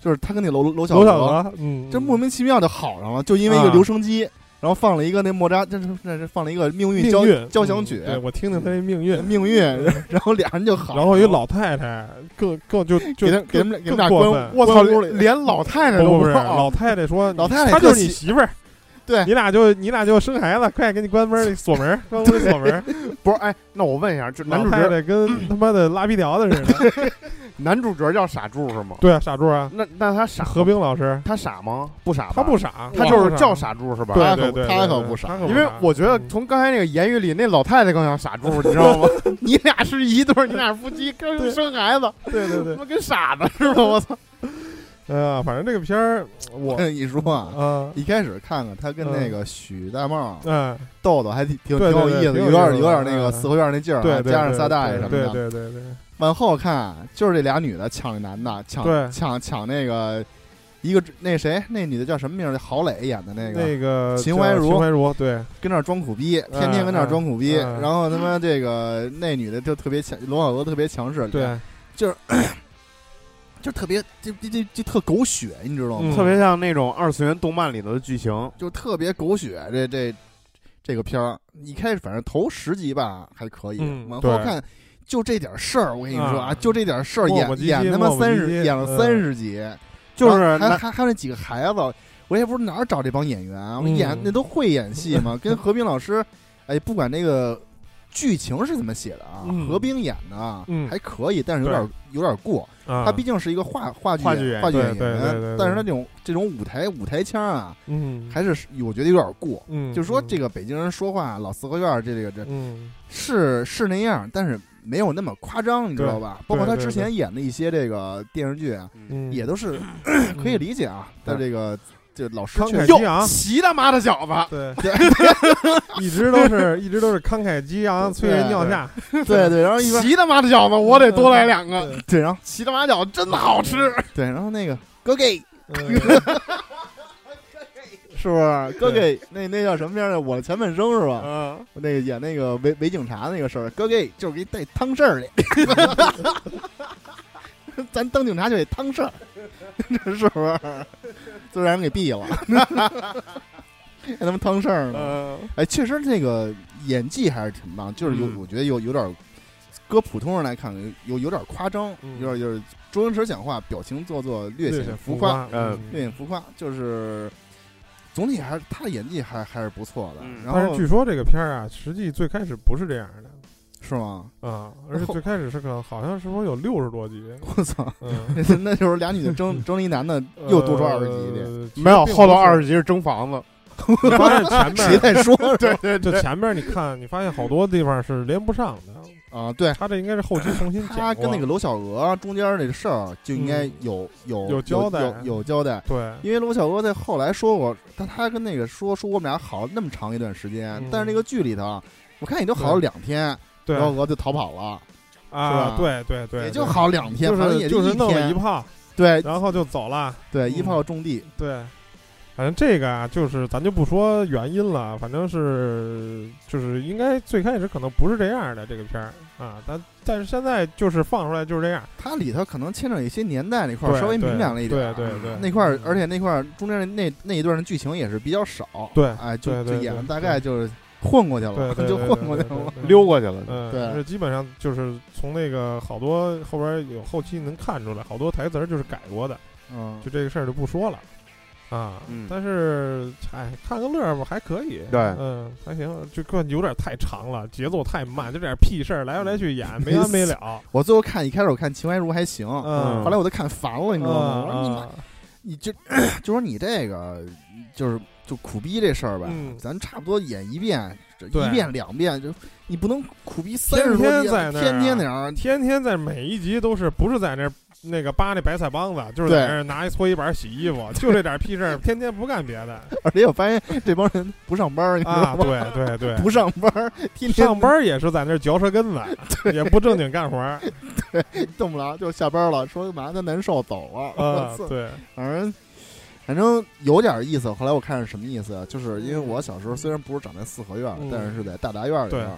Speaker 1: 就是他跟那楼楼小
Speaker 3: 楼小
Speaker 1: 楼
Speaker 3: 娥，嗯，
Speaker 1: 这莫名其妙就好上了，就因为一个
Speaker 3: 啊
Speaker 1: 留声机，然后放了一个那莫扎，这是这是放了一个命运交
Speaker 3: 命运
Speaker 1: 交响曲
Speaker 3: 嗯，对我听听他这命运，
Speaker 1: 命 运，然后俩人就好上了，
Speaker 3: 然后一老太太更更就就
Speaker 1: 给他给他们俩给他们俩
Speaker 3: 过
Speaker 1: 关
Speaker 3: 分
Speaker 1: 我
Speaker 2: 我
Speaker 1: 操
Speaker 2: 操，
Speaker 1: 连
Speaker 2: 连老太太
Speaker 3: 不
Speaker 2: 都
Speaker 3: 不是
Speaker 2: 知道
Speaker 3: 老太太说，
Speaker 1: 老太太
Speaker 3: 她
Speaker 1: 特
Speaker 3: 就是你
Speaker 1: 喜
Speaker 3: 媳妇儿，
Speaker 1: 对
Speaker 3: 你俩就你俩就生孩子，快给你关门儿锁门儿，关屋里 锁门儿。
Speaker 2: 不是，哎，那我问一下，就男
Speaker 3: 老
Speaker 2: 主
Speaker 3: 太
Speaker 2: 角
Speaker 3: 太跟他妈的拉皮条的似的，
Speaker 2: 男主角叫傻柱是吗？
Speaker 3: 对啊，傻柱啊，
Speaker 2: 那那他傻吗
Speaker 3: 何冰老师，
Speaker 2: 他傻吗？不傻吧，
Speaker 3: 他不傻，
Speaker 2: 他就是叫傻柱是吧？
Speaker 3: 对，
Speaker 1: 他
Speaker 3: 对
Speaker 1: 可
Speaker 3: 对对，
Speaker 1: 他
Speaker 3: 对
Speaker 1: 可
Speaker 3: 对
Speaker 1: 不傻
Speaker 3: 他可
Speaker 2: 因为
Speaker 3: 傻
Speaker 2: 我觉得
Speaker 3: 嗯
Speaker 2: 从刚才那个言语里，那老太太更像傻柱，你知 道吗？你俩是一对儿，你俩是夫妻，跟
Speaker 3: 对
Speaker 2: 生孩子，
Speaker 3: 对对
Speaker 2: 他
Speaker 3: 对，
Speaker 2: 妈跟傻子似的，我操！
Speaker 3: 哎呀，反正这个片儿我
Speaker 1: 我跟你说啊，
Speaker 3: 啊，
Speaker 1: 一开始看看他跟那个许大茂、
Speaker 3: 嗯，
Speaker 1: 豆豆还挺挺挺
Speaker 3: 对对
Speaker 1: 有意思，
Speaker 3: 对
Speaker 1: 有点
Speaker 3: 挺有意思的
Speaker 1: 有点那个
Speaker 3: 嗯
Speaker 1: 四合院那劲儿啊，
Speaker 3: 对，对
Speaker 1: 加上
Speaker 3: 对
Speaker 1: 仨大爷
Speaker 3: 对
Speaker 1: 什么
Speaker 3: 对
Speaker 1: 的。
Speaker 3: 对对对，
Speaker 1: 往后看就是这俩女的抢这男的，
Speaker 3: 对
Speaker 1: 抢抢抢那个一个那谁那女的叫什么名儿？郝蕾演的那个，
Speaker 3: 那个
Speaker 1: 秦
Speaker 3: 叫
Speaker 1: 淮如
Speaker 3: 秦淮如，对，
Speaker 1: 跟那儿装苦逼，天天跟那儿装苦逼，
Speaker 3: 嗯嗯
Speaker 1: 然后他妈这个那女的就特别强，罗小娥特别强势，
Speaker 3: 对，
Speaker 1: 就特别就就就就特狗血，你知道吗？
Speaker 3: 嗯
Speaker 2: 特别像那种二次元动漫里头的剧情，
Speaker 1: 就特别狗血，这这这个片儿一开始反正头十集吧还可以，
Speaker 3: 嗯
Speaker 1: 往
Speaker 3: 对
Speaker 1: 后看就这点事儿，我跟你说啊，
Speaker 3: 啊
Speaker 1: 就这点事儿
Speaker 3: 磨
Speaker 1: 演
Speaker 3: 磨唧唧
Speaker 1: 演他妈
Speaker 3: 磨磨唧
Speaker 1: 三
Speaker 3: 唧
Speaker 1: 十演了
Speaker 3: 嗯
Speaker 1: 三十集，
Speaker 2: 就是
Speaker 1: 然后还
Speaker 2: 男
Speaker 1: 还还有那几个孩子，我也不知道哪儿找这帮演员啊，我
Speaker 3: 嗯
Speaker 1: 演那都会演戏嘛，跟何冰老师，哎，不管那个剧情是怎么写的啊，
Speaker 3: 嗯
Speaker 1: 何冰演的啊
Speaker 3: 嗯
Speaker 1: 还可以，但是有点有点过，
Speaker 3: 他
Speaker 1: 他毕竟是一个话话剧
Speaker 2: 话剧演员
Speaker 1: 话剧演
Speaker 3: 对对对对
Speaker 1: 员
Speaker 3: 对，
Speaker 1: 但是他这种这种舞台舞台腔啊，
Speaker 3: 嗯
Speaker 1: 还是我觉得有点过。
Speaker 3: 嗯，
Speaker 1: 就说
Speaker 3: 嗯
Speaker 1: 这个北京人说话老四合院儿这个这
Speaker 3: 嗯
Speaker 1: 是是那样，但是没有那么夸张，你知道吧？包
Speaker 3: 对
Speaker 1: 括他
Speaker 3: 对
Speaker 1: 之
Speaker 3: 对
Speaker 1: 前演的一些这个电视剧啊，
Speaker 3: 嗯
Speaker 1: 也都是可以理解啊。他这个这老师
Speaker 3: 慷
Speaker 1: 确
Speaker 3: 慨
Speaker 1: 实
Speaker 3: 激昂
Speaker 2: 哟，，齐他妈的小子，
Speaker 3: 对
Speaker 1: 对，
Speaker 3: 一直都是一直都是慷慨激昂，催人尿下，
Speaker 1: 对对，然后一般
Speaker 2: 齐他妈的小子，我得多来两个。
Speaker 1: 对，然后
Speaker 2: 齐他妈饺子真好吃，
Speaker 1: 对，然后那个哥给
Speaker 3: 嗯
Speaker 1: 是不是？哥给那那叫什么片儿来？我的前半生是吧？
Speaker 2: 嗯，
Speaker 1: 那个演那个伪伪警察那个事儿，哥给就是给带汤事儿的， 咱当警察就得汤事儿， 是不是？就让人给毙了， 还他妈汤事儿呢。
Speaker 2: 嗯，
Speaker 1: 哎，确实那个演技还是挺棒，就是有、
Speaker 3: 嗯
Speaker 1: 我觉得有有点儿，搁普通人来看有有点儿夸张，
Speaker 3: 嗯
Speaker 1: 有点有点周星驰讲话表情做作，略
Speaker 3: 略
Speaker 1: 显
Speaker 3: 浮
Speaker 1: 浮夸，，
Speaker 2: 嗯
Speaker 1: 略显浮夸，就是总体还是他的演技还还是不错的。
Speaker 2: 嗯
Speaker 1: 然
Speaker 3: 但
Speaker 1: 后
Speaker 3: 是据说这个片儿啊，实际最开始不是这样的
Speaker 1: 是吗？
Speaker 3: 啊，而且最开始是可能好像是说有六十多集，
Speaker 1: 我操，
Speaker 3: 嗯，
Speaker 1: 那就是俩女的争争了一男的，
Speaker 3: 呃
Speaker 1: 又多出二十集去，
Speaker 3: 集
Speaker 2: 没有后头二十集是争房子，
Speaker 3: 集，发现 前
Speaker 1: 谁
Speaker 3: 面
Speaker 1: 在 说？对
Speaker 2: 对
Speaker 3: 就前面你看，你发现好多地方是连不上的，
Speaker 1: 啊，对。
Speaker 3: 他这应该是后期重新
Speaker 1: 他
Speaker 3: 讲
Speaker 1: 跟那个
Speaker 3: 过
Speaker 1: 罗小娥中间这事儿啊就应该
Speaker 3: 嗯
Speaker 1: 有、有
Speaker 3: 有交代
Speaker 1: 有有交代，
Speaker 3: 对，
Speaker 1: 因为罗小娥在后来说过，他他跟那个说说我们俩好那么长一段时间，
Speaker 3: 嗯
Speaker 1: 但是那个剧里头，啊我看也就好了两天，
Speaker 3: 对
Speaker 1: 罗小娥就逃跑了，吧
Speaker 3: 啊，对对对，
Speaker 1: 也就好两
Speaker 3: 对，
Speaker 1: 天，
Speaker 3: 就
Speaker 1: 反正
Speaker 3: 是
Speaker 1: 也
Speaker 3: 就是
Speaker 1: 一
Speaker 3: 弄了
Speaker 1: 天，
Speaker 3: 一炮，
Speaker 1: 对
Speaker 3: 然后就走了。
Speaker 1: 对，
Speaker 3: 嗯
Speaker 1: 一炮中地，
Speaker 3: 对，反正这个啊，就是咱就不说原因了，反正是就是应该最开始可能不是这样的这个片儿啊，但但是现在就是放出来就是这样，
Speaker 1: 它里头可能牵扯一些年代那块儿
Speaker 3: 对
Speaker 1: 稍微敏感了一点儿，啊
Speaker 3: 对对对
Speaker 1: 那块儿
Speaker 3: 嗯
Speaker 1: 而且那块儿中间那那那一段的剧情也是比较少，
Speaker 3: 对
Speaker 1: 哎，就
Speaker 3: 对对
Speaker 1: 就演了
Speaker 3: 对
Speaker 1: 大概就是混过去
Speaker 3: 对
Speaker 1: 了，
Speaker 3: 对
Speaker 1: 就
Speaker 3: 对
Speaker 1: 混过去
Speaker 3: 对对
Speaker 1: 了，
Speaker 3: 对
Speaker 2: 溜过去了。
Speaker 3: 嗯，
Speaker 1: 对
Speaker 3: 是基本上就是从那个好多后边有后期能看出来，好多台词儿就是改过的，
Speaker 1: 嗯
Speaker 3: 就，这个事儿就不说了。啊，
Speaker 2: 嗯
Speaker 3: 但是哎，看个乐儿吧，还可以。
Speaker 2: 对
Speaker 3: 嗯，还行，就看有点太长了，节奏太慢，就这点屁事儿来来去演，没完没了。
Speaker 1: 我最后看一开始我看秦淮如还行，
Speaker 3: 嗯，
Speaker 1: 后来我都看烦了，你知道吗？我说你妈
Speaker 3: 啊，
Speaker 1: 你就 就说你这个就是就苦逼这事儿吧，
Speaker 3: 嗯
Speaker 1: 咱差不多演一遍，这
Speaker 3: 对
Speaker 1: 一遍两遍就你不能苦逼三十多
Speaker 3: 天
Speaker 1: 集
Speaker 3: 天在那儿啊
Speaker 1: 天天那样儿，
Speaker 3: 天天在每一集都是不是在那儿那个扒那白菜帮子，就是在那儿拿一搓衣板洗衣服，就这点屁事儿，天天不干别 的
Speaker 1: 而且我发现这帮人不上班儿，你知道
Speaker 3: 啊！
Speaker 1: 吗？
Speaker 3: 对对对，
Speaker 1: 不上班儿，天天
Speaker 3: 上班儿也是在那儿嚼舌 根子，也不正经干活儿
Speaker 1: 动不了，就下班了，说嘛他难受走了，
Speaker 3: 啊
Speaker 1: 我！操
Speaker 3: 对，
Speaker 1: 反正。反正有点意思。后来我看是什么意思啊，就是因为我小时候虽然不是长在四合院儿，
Speaker 3: 嗯
Speaker 1: 但是是在大杂院儿里边儿。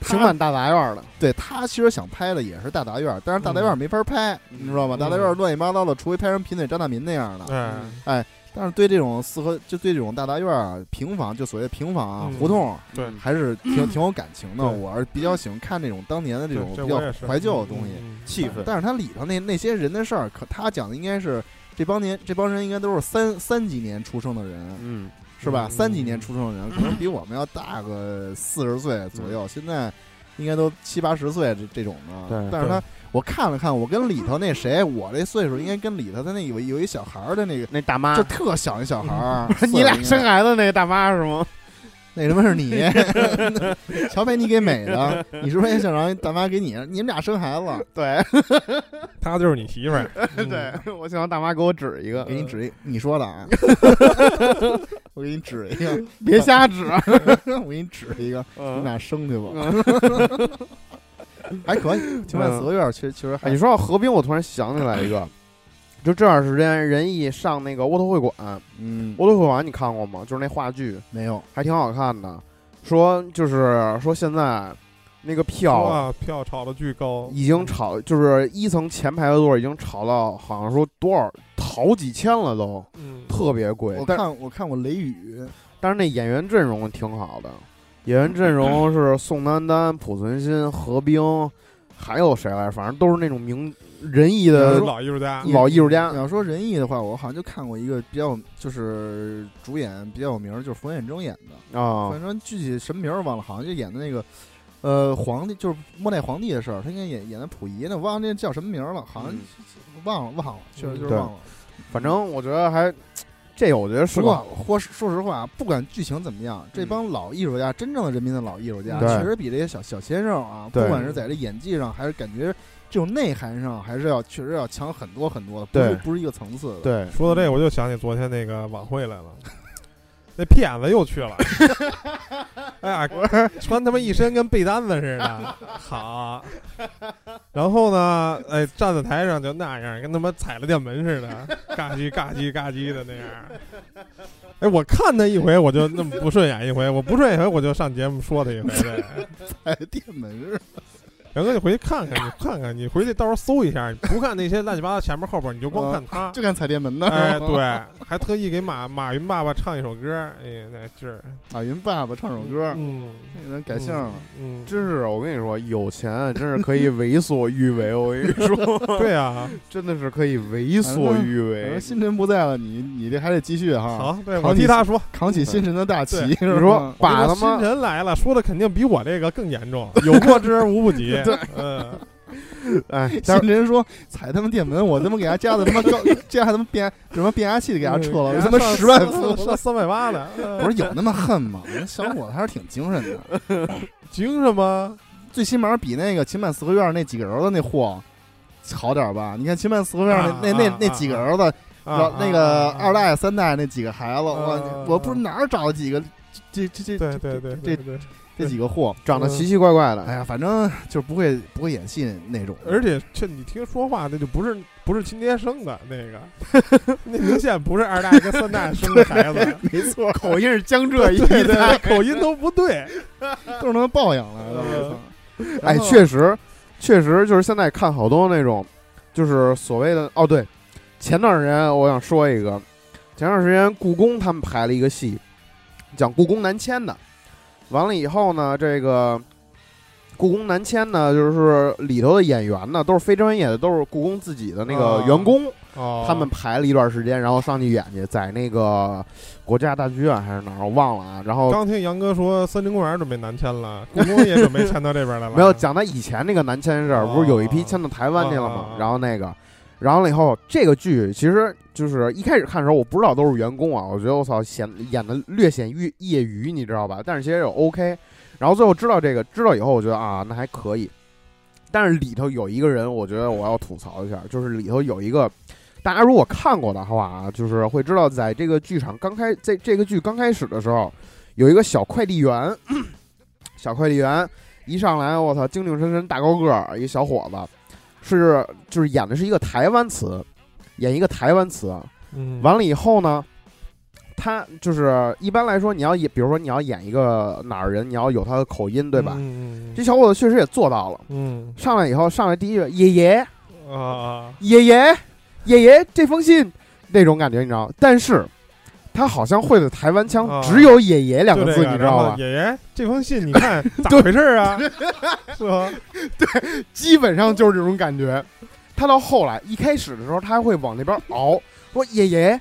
Speaker 2: 平板大杂院的，
Speaker 1: 对他其实想拍的也是大杂院儿，但是大杂院儿没法拍，
Speaker 2: 嗯
Speaker 1: 你知道吗？
Speaker 3: 嗯
Speaker 1: 大杂院儿乱七八糟的，除非拍成贫嘴张大民那样的。
Speaker 3: 哎，
Speaker 1: 嗯但是对这种四合，就对这种大杂院儿啊、平房，就所谓平房啊、
Speaker 3: 嗯
Speaker 1: 胡同，
Speaker 3: 对，
Speaker 1: 还是挺挺有感情的。
Speaker 3: 对
Speaker 1: 我是比较喜欢看这种当年的这种
Speaker 3: 这
Speaker 1: 比
Speaker 3: 我
Speaker 1: 较
Speaker 3: 也是
Speaker 1: 怀旧的东西。，
Speaker 3: 嗯嗯
Speaker 2: 气氛
Speaker 1: 但是它里头那那些人的事儿，可他讲的应该是这帮年这帮人应该都是三三几年出生的人，
Speaker 2: 嗯，
Speaker 1: 是吧？
Speaker 2: 嗯
Speaker 3: 嗯
Speaker 1: 三几年出生的人，可能比我们要大个四十岁左右。现在应该都七八十岁这这种的。
Speaker 2: 对
Speaker 1: 但是他我看了看，我跟里头那谁，我这岁数应该跟里头他那有一有一小孩儿的那个，
Speaker 2: 那大妈，
Speaker 1: 就特小一小孩儿
Speaker 2: 啊 你俩
Speaker 1: 岁数应该
Speaker 2: 生孩子那个大妈是吗？
Speaker 1: 那什么是你？ 瞧把你给美的，你是不是也想让大妈给你？你们俩生孩子，
Speaker 2: 对
Speaker 3: 她就是你媳妇儿。嗯，
Speaker 2: 对，我想让大妈给我指一个，
Speaker 1: 给你指一，你说的 啊，我给你指一个，
Speaker 2: 别瞎指。啊
Speaker 1: 我给你指一个，你们
Speaker 2: 嗯
Speaker 1: 俩生去吧。 还可以，情感四合院其实其实
Speaker 2: 哎
Speaker 1: 还
Speaker 2: 你说到河滨，我突然想起来一 个，就这段时间仁义上那个窝头会馆，
Speaker 1: 嗯
Speaker 2: 窝头会馆你看过吗？就是那话剧，
Speaker 1: 没有，
Speaker 2: 还挺好看的。说就是说现在那个票
Speaker 3: 哇，票炒的巨高，嗯
Speaker 2: 已经炒，就是一层前排的座已经炒到好像说多少好几千了都，
Speaker 3: 嗯，
Speaker 2: 特别贵
Speaker 1: 我。
Speaker 2: 但啊
Speaker 1: 看我看过《雷雨》，
Speaker 2: 但是那演员阵容挺好的，演员阵容是宋丹丹、濮存昕、何冰，还有谁来？反正都是那种名仁义的
Speaker 3: 老艺术家，
Speaker 2: 老艺术家
Speaker 1: 你。要说仁义的话，我好像就看过一个比较就是主演比较有名儿，就是冯远征演的。
Speaker 2: 啊
Speaker 1: 反正具体什么名儿忘了，好像就演的那个，呃，皇帝就是末代皇帝的事儿，他应该演演的溥仪呢，我忘了那叫什么名儿了，好像
Speaker 2: 嗯
Speaker 1: 忘了忘了，确实就是
Speaker 2: 对
Speaker 1: 忘了。
Speaker 2: 反
Speaker 1: 嗯
Speaker 2: 正我觉得还这我觉得是
Speaker 1: 不
Speaker 2: 个
Speaker 1: 过
Speaker 2: 好，
Speaker 1: 或说实话，不管剧情怎么样，这帮老艺术家，真正的人民的老艺术家，
Speaker 2: 对
Speaker 1: 确实比这些小小鲜肉啊，不
Speaker 2: 对
Speaker 1: 管是在这演技上，还是感觉这种内涵上，还是要确实要强很多很多的，不
Speaker 2: 对
Speaker 1: 是不是一个层次 的。
Speaker 2: 对，
Speaker 3: 说到这，我就想起昨天那个晚会来了，那屁眼子又去了。哎呀，穿他妈一身跟被单子似的，好。然后呢，哎，站在台上就那样，跟他妈踩了电门似的，嘎叽嘎叽嘎叽的那样。哎，我看他一回，我就那么不顺眼一回，我不顺眼一回，我就上节目说他一回。对
Speaker 1: 哎，电门 是
Speaker 3: 杨哥，你回去看看，你看看，你回去到时候搜一下，你不看那些乱七八糟前面后边，你就光看他。
Speaker 1: 啊就敢踩电门的，
Speaker 3: 哎，，对，还特意给马马云爸爸唱一首歌，哎呀，那劲儿。
Speaker 1: 马啊云爸爸唱首歌，
Speaker 3: 嗯，
Speaker 1: 那人改姓了。
Speaker 3: 嗯，
Speaker 2: 真是我跟你说，有钱啊真是可以为所欲为。我跟 你说，
Speaker 3: 对啊，
Speaker 2: 真的是可以为所
Speaker 1: 反
Speaker 2: 欲为
Speaker 1: 正。星辰不在了，你你这还得继续哈，
Speaker 3: 好，对
Speaker 1: 啊好
Speaker 3: 我替他说，
Speaker 1: 扛起星辰的大旗。
Speaker 3: 对
Speaker 1: 是吧
Speaker 2: 你说把他
Speaker 3: 星
Speaker 2: 妈
Speaker 3: 辰来了，说的肯定比我这个更 严重，有过之而无不及。
Speaker 1: 对，
Speaker 3: 嗯，
Speaker 2: 哎，但
Speaker 1: 星辰说踩他们电门，我他妈给他加的他妈高， 加他妈变什么变压器给他撤了，他妈十万伏。
Speaker 3: 嗯上三百八的， 嗯
Speaker 1: 不是有那么恨吗？人小伙子还是挺精神的，
Speaker 3: 精神吗？
Speaker 1: 最起码比那个秦满四合院那几个儿子那货好点儿吧？你看秦满四合院那那那那几个儿子，
Speaker 3: 啊，
Speaker 1: 那个
Speaker 3: 啊
Speaker 1: 二，代三代那几个孩子，我我不知哪儿找几个这这这
Speaker 3: 对对对
Speaker 1: 这
Speaker 3: 对对，
Speaker 1: 这几个货，
Speaker 2: 长得奇奇怪怪
Speaker 1: 哎
Speaker 2: 的，
Speaker 1: 呀，反正就是不会不会演戏那种。
Speaker 3: 而且这你听说话，那就不是不是亲爹生的那个， 那明显不是二代跟三代生的孩子，
Speaker 1: 没错，
Speaker 2: 口音是江 浙一
Speaker 3: 对对
Speaker 2: 带。
Speaker 3: 对，口音都不对。
Speaker 1: 都是他妈抱养来的。
Speaker 3: 嗯
Speaker 1: 我操
Speaker 2: 哎，
Speaker 1: 然后
Speaker 2: 确实，确实就是现在看好多那种，就是所谓的哦，对，前段时间我想说一个，前段时间故宫他们排了一个戏，讲故宫南迁的，完了以后呢，这个故宫南迁呢，就是里头的演员呢都是非专业的，都是故宫自己的那个
Speaker 3: 啊
Speaker 2: 员工，
Speaker 3: 哦
Speaker 2: 他们排了一段时间，然后上去演去，在那个国家大剧院还是哪儿，我忘了啊，然后。
Speaker 3: 刚听杨哥说森林公园准备南迁了，故宫也准备迁到这边来 了。
Speaker 2: 没有讲他以前那个南迁事儿，
Speaker 3: 哦
Speaker 2: 不是有一批迁到台湾去了
Speaker 3: 哦哦
Speaker 2: 吗
Speaker 3: 哦？
Speaker 2: 然后那个，然后了以后，这个剧其实就是一开始看的时候，我不知道都是员工啊，我觉得我操显演的略显业业余，你知道吧？但是其实也 OK。然后最后知道这个，知道以后，我觉得啊，那还可以。但是里头有一个人，我觉得我要吐槽一下，就是里头有一个，大家如果看过的话啊，就是会知道，在这个剧场刚开，在这个剧刚开始的时候，有一个小快递员， 小快递员一上来，我操，精精神神大高个儿，一小伙子，是就是演的是一个台湾词，演一个台湾词，啊
Speaker 3: 嗯，
Speaker 2: 完了以后呢，他就是一般来说，你要演，比如说你要演一个哪儿人，你要有他的口音，对吧？
Speaker 3: 嗯
Speaker 2: 这小伙子确实也做到了。
Speaker 3: 嗯
Speaker 2: 上来以后，上来第一句，爷爷，
Speaker 3: 嗯啊，
Speaker 2: 爷爷，爷爷，这封信，那种感觉，你知道？但是，他好像会的台湾腔
Speaker 3: 啊
Speaker 2: 只有“爷爷”两
Speaker 3: 就
Speaker 2: 个
Speaker 3: 这
Speaker 2: 字，
Speaker 3: 个
Speaker 2: 你知道
Speaker 3: 然
Speaker 2: 吧
Speaker 3: 后？爷爷，这封信 你看咋回事儿啊？是吧？
Speaker 2: 基本上就是这种感觉。他到后来一开始的时候，他还会往那 边熬，说爷爷，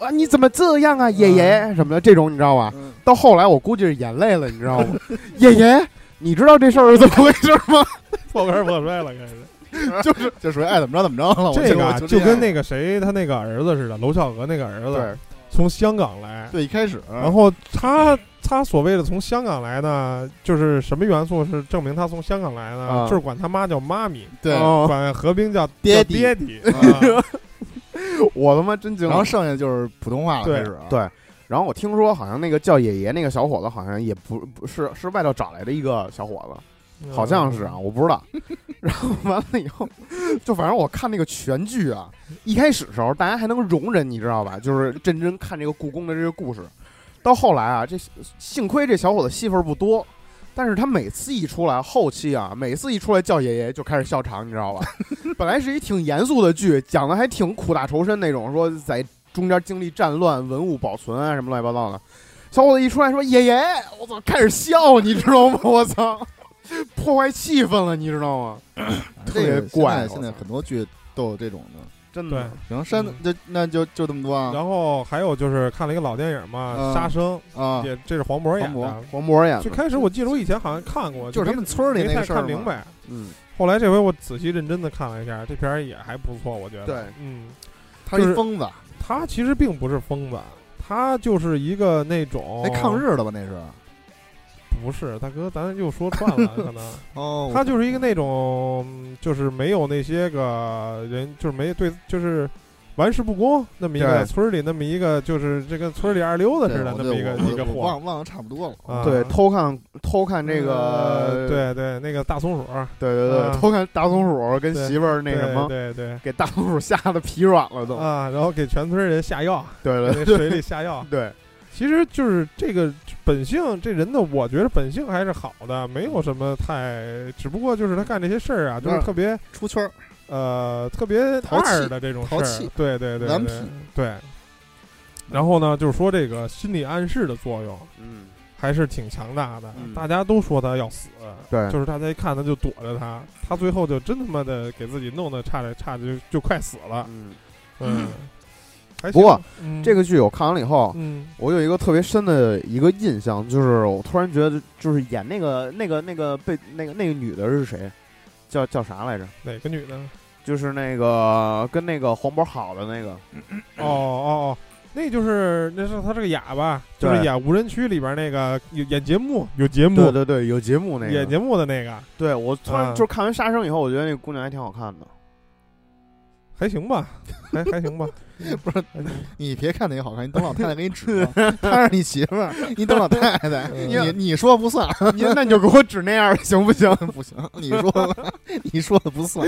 Speaker 2: 啊你怎么这样啊，爷爷什么的这种，你知道吧？
Speaker 1: 嗯
Speaker 2: 到后来我估计是眼泪了，你知道吗？爷爷，你知道这事儿是怎么回事吗？
Speaker 3: 破罐破摔了，开始。
Speaker 1: 就是就属于爱怎么着怎么
Speaker 2: 哦
Speaker 1: 着了。我
Speaker 3: 这个啊
Speaker 1: 就
Speaker 3: 就跟那
Speaker 1: 个
Speaker 3: 个谁他那个儿子似的，娄孝和那个儿子
Speaker 2: 对
Speaker 3: 从香港来，
Speaker 1: 对一开始，
Speaker 3: 然后他他所谓的从香港来呢，就是什么元素是证明他从香港来呢？
Speaker 2: 啊
Speaker 3: 就是管他妈叫妈咪，
Speaker 1: 对，
Speaker 2: 哦
Speaker 3: 管何冰叫
Speaker 1: 爹
Speaker 3: 叫
Speaker 1: 地
Speaker 3: 爹地。啊
Speaker 1: 嗯
Speaker 2: 我他妈真惊
Speaker 1: 然
Speaker 2: 了
Speaker 1: 后。剩下就是普通话了
Speaker 3: 对
Speaker 1: 开始。啊
Speaker 2: 对然后我听说好像那个叫野爷那个小伙子好像也不不是是外头找来的一个小伙子，
Speaker 3: 嗯
Speaker 2: 好像是啊，我不知道。然后完了以后，就反正我看那个全剧啊，一开始时候大家还能容忍，你知道吧？就是认真看这个故宫的这个故事。到后来啊，这幸亏这小伙子戏份不多，但是他每次一出来，后期啊，每次一出来叫爷爷就开始笑场，你知道吧？本来是一挺严肃的剧，讲的还挺苦大仇深那种，说在中间经历战乱、文物保存啊什么乱七八糟的。小伙子一出来说爷爷，我操，开始笑，你知道吗？我操！破坏气氛了，你知道吗？特别
Speaker 1: 这个现
Speaker 2: 怪
Speaker 1: 在现在
Speaker 2: 我操
Speaker 1: 很多剧都有这种的。
Speaker 2: 真
Speaker 3: 对
Speaker 2: 的，
Speaker 1: 行，删
Speaker 3: 嗯
Speaker 1: 就那就就这么多啊
Speaker 3: 然后还有就是看了一个老电影嘛，
Speaker 1: 嗯
Speaker 3: 杀生》
Speaker 1: 啊！
Speaker 3: 也这是黄渤演
Speaker 1: 黄
Speaker 3: 的。
Speaker 2: 黄渤演
Speaker 3: 最
Speaker 2: 的，
Speaker 3: 开始我记得我以前好像看过，
Speaker 1: 就是他
Speaker 3: 没
Speaker 1: 们村儿里
Speaker 3: 没
Speaker 1: 那
Speaker 3: 太
Speaker 1: 个事儿
Speaker 3: 看明
Speaker 1: 嘛
Speaker 3: 白。
Speaker 2: 嗯，
Speaker 3: 后来这回我仔细认真的看了一下，这片儿也还不错，我觉得。
Speaker 2: 对
Speaker 3: 嗯，
Speaker 1: 他是
Speaker 3: 就是
Speaker 1: 一疯子，
Speaker 3: 他其实并不是疯子，他就是一个那种
Speaker 2: 哦
Speaker 1: 那哎抗日的吧？那是
Speaker 3: 不是大哥，咱又说串了，可能
Speaker 1: 哦
Speaker 3: 他就是一个那种，嗯就是没有那些个人，就是没对，就是玩世不恭那么一个
Speaker 2: 对
Speaker 3: 村儿里那么一个，就是这跟村儿里二溜子似的那么一个一个货
Speaker 1: 忘忘的差不多了。
Speaker 3: 啊，
Speaker 2: 对，偷看偷看这个
Speaker 3: 呃，对对，那个大松鼠儿，
Speaker 2: 对对对，
Speaker 3: 啊
Speaker 2: 偷看大松鼠跟
Speaker 3: 对
Speaker 2: 媳妇儿那
Speaker 3: 对
Speaker 2: 什么，哦
Speaker 3: 对对
Speaker 2: 给大松鼠吓得疲软了都，
Speaker 3: 啊，然后给全村人 下药，
Speaker 2: 对
Speaker 3: 给
Speaker 2: 对
Speaker 3: 水里下药，
Speaker 2: 对，
Speaker 3: 其实就是这个本性，这人的我觉得本性还是好的，没
Speaker 2: 嗯
Speaker 3: 有什么太，只不过就是他干这些事儿啊，就是
Speaker 1: 嗯
Speaker 3: 特别
Speaker 1: 出圈儿，
Speaker 3: 呃特别
Speaker 1: 淘气
Speaker 3: 二的这种事
Speaker 1: 淘气
Speaker 3: 儿，对对对
Speaker 1: 顽
Speaker 3: 对
Speaker 1: 皮
Speaker 3: 对。然后呢，就是说这个心理暗示的作用
Speaker 2: 嗯，
Speaker 3: 还是挺强大的，
Speaker 2: 嗯
Speaker 3: 大家都说他要死，
Speaker 2: 对
Speaker 3: 就是大家一看他就躲着他，他最后就真他妈的给自己弄得差点差点就就快死了，
Speaker 2: 嗯，
Speaker 3: 啊嗯，还
Speaker 2: 不过
Speaker 3: 行嗯
Speaker 2: 这个剧我看完了以后，
Speaker 3: 嗯
Speaker 2: 我有一个特别深的一个印象，就是我突然觉得，就是演那个那个那个被那个那个女的是谁，叫叫啥来着？
Speaker 3: 哪个女的？
Speaker 2: 就是那个跟那个黄渤好的那个，
Speaker 3: 哦哦哦，那就是那是他是个哑巴，就
Speaker 2: 对
Speaker 3: 是演无人区里边那个有演节目有节目
Speaker 2: 对对对，有节目那
Speaker 3: 演
Speaker 2: 个，
Speaker 3: 节目的那个，
Speaker 2: 对我突
Speaker 3: 啊
Speaker 2: 然就是看完《杀生》以后，我觉得那姑娘还挺好看 的。
Speaker 3: 还行吧，还还行吧，
Speaker 1: 不是你别看那个好看，你等老太太给你指吧， 她是你媳妇儿，你等老太太，
Speaker 3: 嗯
Speaker 1: 你你说不算，
Speaker 2: 你那你就给我指那样儿行不行？
Speaker 1: 不行，你说了，你说的不算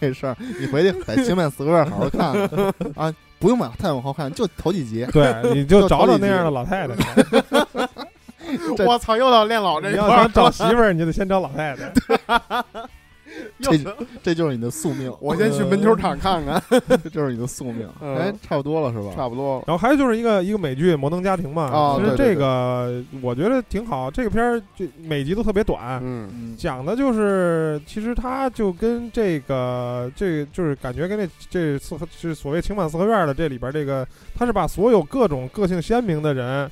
Speaker 1: 这事儿，你回去在清迈四合院好好看看 啊，不用买太往好看，就头几集，
Speaker 3: 对，你就找找那样的老 太太。
Speaker 1: 这
Speaker 2: 我操，又到练老这
Speaker 3: 你
Speaker 2: 一块
Speaker 3: 要
Speaker 2: 儿
Speaker 3: 想
Speaker 2: 了。
Speaker 3: 找媳妇儿，你就得先找老太 太。
Speaker 2: 又
Speaker 1: 这这就是你的宿命，
Speaker 2: 我先去门球场看看，
Speaker 1: 这就是你的宿命。
Speaker 2: 嗯
Speaker 1: 哎，差不多了是吧？
Speaker 2: 差不 多了。
Speaker 3: 然后还有就是一个一个美剧《摩登家庭》嘛，
Speaker 2: 哦
Speaker 3: 其实
Speaker 2: 对对
Speaker 3: 这个我觉得挺好，这个片儿就每集都特别短，
Speaker 2: 嗯，
Speaker 1: 嗯，
Speaker 3: 讲的就是，其实他就跟这个，这就是感觉跟这这四合，是所谓情满四合院的这里边这个，他是把所有各种个性鲜明的人，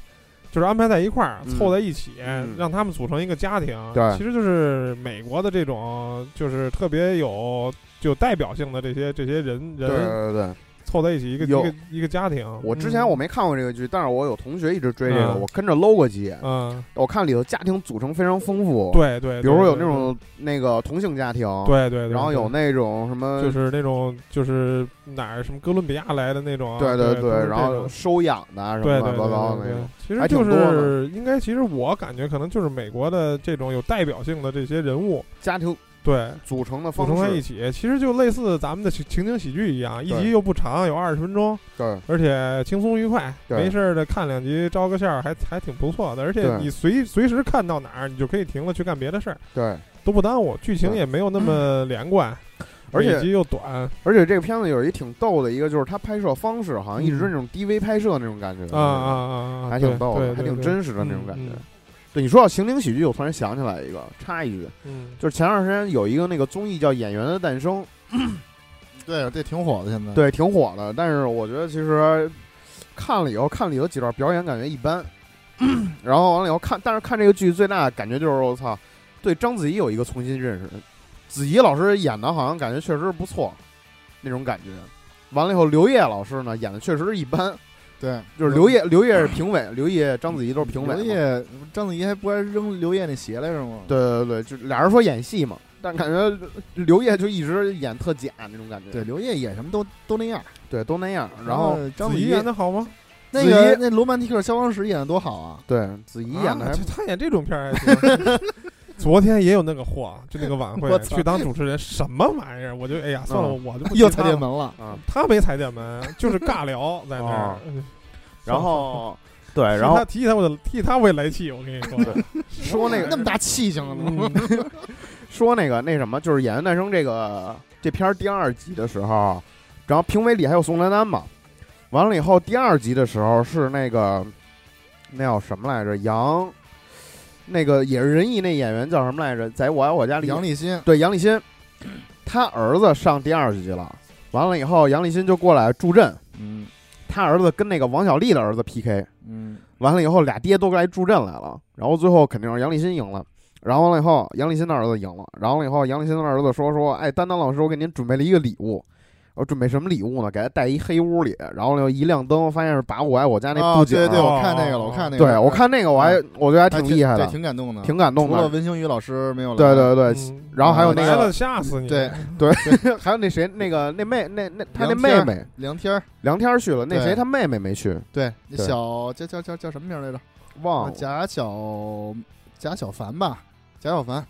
Speaker 3: 就是安排在一块儿，
Speaker 2: 嗯
Speaker 3: 凑在一起，
Speaker 2: 嗯
Speaker 3: 让他们组成一个家庭。
Speaker 2: 对
Speaker 3: 其实就是美国的这种，就是特别有有代表性的这些这些人
Speaker 2: 对对
Speaker 3: 人
Speaker 2: 对，
Speaker 3: 凑在一起一个一
Speaker 2: 有
Speaker 3: 个一个家庭。
Speaker 2: 我之前我没看过这个剧，但是我有同学一直追这个，
Speaker 3: 嗯
Speaker 2: 我跟着搂过几眼。
Speaker 3: 嗯，嗯
Speaker 2: 我看里头家庭组成非常丰富，，
Speaker 3: 对对，
Speaker 2: 比如
Speaker 3: 对
Speaker 2: 有那种那个同性家庭，，
Speaker 3: 对对，对
Speaker 2: 然后有
Speaker 3: 对
Speaker 2: 那种什么，
Speaker 3: 就是那种就是哪儿什么哥伦比亚来的那种啊，
Speaker 2: 对
Speaker 3: 对
Speaker 2: 对
Speaker 3: 都是这
Speaker 2: 然后
Speaker 3: 种
Speaker 2: 收养的啊什么
Speaker 3: 对
Speaker 2: 乱
Speaker 3: 对
Speaker 2: 七
Speaker 3: 对
Speaker 2: 八糟
Speaker 3: 对
Speaker 2: 的那
Speaker 3: 对
Speaker 2: 种，，
Speaker 3: 其实
Speaker 2: 还
Speaker 3: 就
Speaker 2: 挺多的
Speaker 3: 是应该，其实我感觉可能就是美国的这种有代表性的这些人物，
Speaker 2: 家庭
Speaker 3: 对，
Speaker 2: 组成的
Speaker 3: 组
Speaker 2: 方
Speaker 3: 成在
Speaker 2: 式，
Speaker 3: 一起，其实就类似咱们的情情景喜剧一样，一
Speaker 2: 对
Speaker 3: 集又不长，有二十分钟，
Speaker 2: 对
Speaker 3: 而且轻松愉快，
Speaker 2: 对
Speaker 3: 没事儿的看两集招个笑儿，还还挺不错的，而且
Speaker 2: 对
Speaker 3: 你随随时看到哪儿，你就可以停了去干别的事儿，
Speaker 2: 对。
Speaker 3: 都不耽误，剧情
Speaker 2: 对
Speaker 3: 也没有那么连贯，
Speaker 2: 而且
Speaker 3: 每集又短
Speaker 2: 而且这个片子有一挺逗的一个，就是它拍摄方式好像一直是那种 DV 拍摄那种感觉
Speaker 3: 啊啊啊啊，
Speaker 2: 嗯还
Speaker 3: 对
Speaker 2: 挺逗
Speaker 3: 对
Speaker 2: 的，还
Speaker 3: 对
Speaker 2: 挺
Speaker 3: 对
Speaker 2: 真实的那种
Speaker 3: 嗯
Speaker 2: 感觉
Speaker 3: 嗯。
Speaker 2: 对，你说到情景喜剧，我突然想起来一个，插一句，
Speaker 3: 嗯，
Speaker 2: 就是前段时间有一个那个综艺叫《演员的诞生》，
Speaker 1: 对，这挺火的现在。，
Speaker 2: 对，挺火的。但是我觉得其实看了以后，看了以后几 段表演感觉一般，然后完了以后看，但是看这个剧最大的感觉就是我操，对章子怡有一个重新认识。子怡老师演的好像感觉确实不错，那种感觉。完了以后，刘烨老师呢演的确实一般，
Speaker 1: 对，
Speaker 2: 就是刘烨，刘烨是评委，刘烨、章子怡都是评委嘛。
Speaker 1: 刘烨，章子怡还不还扔刘烨那鞋来着吗？，
Speaker 2: 对对对，就俩人说演戏嘛，但感觉刘烨就一直演特假那种感觉。
Speaker 1: 对，啊刘烨演什么都都那样。
Speaker 2: 对，都那样。然后
Speaker 1: 章
Speaker 3: 子
Speaker 1: 子
Speaker 3: 怡
Speaker 1: 怡
Speaker 3: 演的好吗？
Speaker 1: 那
Speaker 2: 子
Speaker 1: 个
Speaker 2: 怡
Speaker 1: 那罗曼蒂克消防史演的多好 啊！
Speaker 2: 对子怡演的还
Speaker 3: 啊、他演这种片儿还行。 昨天也有那个货，就那个晚会
Speaker 1: 我操
Speaker 3: 去当主持人，什么玩意儿？我就哎呀，算了，
Speaker 2: 嗯
Speaker 3: 我就不提
Speaker 1: 又
Speaker 3: 他
Speaker 1: 踩
Speaker 3: 了
Speaker 1: 点。门了，
Speaker 2: 啊，
Speaker 3: 他没踩点门，就是尬聊在那儿
Speaker 2: 哦。
Speaker 3: 嗯
Speaker 2: 然后对，
Speaker 3: 提
Speaker 2: 然后
Speaker 3: 他提起他，我就替他我也来气。我跟你说，
Speaker 2: 说 那个
Speaker 1: 那么大气性啊呢？
Speaker 3: 嗯
Speaker 2: 说那个那什么，就是《演员诞生》这个这片儿第二集的时候，然后评委里还有宋丹丹嘛。完了以后，第二集的时候是那个那叫什么来着？杨，那个也是仁义那演员叫什么来着？在我爱我家里
Speaker 1: 杨立新，
Speaker 2: 对杨立新，他儿子上第二集了。完了以后，杨立新就过来助阵，
Speaker 1: 嗯
Speaker 2: 他儿子跟那个王小利的儿子 PK。
Speaker 1: 嗯，
Speaker 2: 完了以后，俩爹都来助阵来了，然后最后肯定是杨立新赢了。然后完了以后，杨立新的儿子赢了。然后了以后，杨立新的儿子说说，哎，丹丹老师，我给您准备了一个礼物。我准备什么礼物呢？给他带一黑屋里，然后呢一亮灯，发现是把我爱我家那
Speaker 1: 啊，
Speaker 2: 布景。
Speaker 1: 对对，
Speaker 3: 哦
Speaker 1: 我看那个了，我看那个，
Speaker 2: 对我看那个我还我觉得
Speaker 1: 还
Speaker 2: 还挺厉害的
Speaker 1: 对，，挺感动的，
Speaker 2: 挺感动
Speaker 1: 除了
Speaker 2: 的。
Speaker 1: 文星宇老师没有来，
Speaker 2: 对对对，
Speaker 3: 嗯
Speaker 2: 然后还有那
Speaker 3: 来
Speaker 2: 个
Speaker 3: 了，吓死你！
Speaker 1: 对，
Speaker 2: 还有那谁，那个那妹，那那他那
Speaker 1: 梁
Speaker 2: 妹
Speaker 1: 天
Speaker 2: 妹
Speaker 1: 梁天儿，
Speaker 2: 梁天儿去了，那
Speaker 1: 对
Speaker 2: 谁他妹妹没去，
Speaker 1: 对，那
Speaker 2: 对哦
Speaker 1: 小叫叫叫叫什么名儿来着？呃
Speaker 2: 忘了
Speaker 1: 贾小贾小凡吧，贾小凡，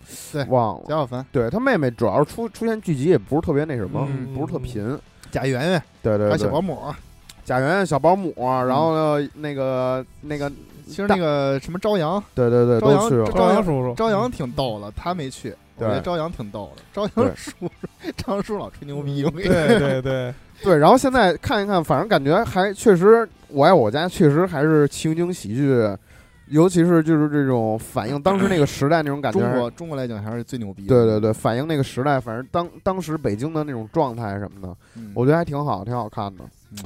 Speaker 2: 忘了。
Speaker 1: 贾小凡，
Speaker 2: 对他妹妹主要是出出现剧集也不是特别那什么，
Speaker 3: 嗯
Speaker 2: 不是特贫。
Speaker 1: 贾圆圆，
Speaker 2: 对对
Speaker 1: 还有
Speaker 2: 对，
Speaker 1: 小保姆，啊嗯
Speaker 2: 贾圆圆小保姆，啊然后呢，那个那个，
Speaker 1: 其实那个什么朝阳，
Speaker 2: 对对对，
Speaker 1: 朝阳
Speaker 2: 都去了
Speaker 1: 这。
Speaker 3: 朝阳叔叔，
Speaker 1: 朝阳挺逗的，他没去。我觉得
Speaker 2: 嗯对
Speaker 1: 朝阳挺逗的，朝
Speaker 2: 对嗯
Speaker 1: 阳叔 叔，朝阳叔叔老吹牛逼，我跟你说，
Speaker 3: 对对对，
Speaker 2: 对，然后现在看一看，反正感觉还确实，我爱我家确实还是情景喜剧，尤其是就是这种反映当时那个时代那种感觉
Speaker 1: 中
Speaker 2: 还是。
Speaker 1: 国中国来讲还是最牛逼的。
Speaker 2: 对对对，反映那个时代，反正当当时北京的那种状态什么的，
Speaker 1: 嗯，
Speaker 2: 我觉得还挺好，挺好看的。
Speaker 1: 嗯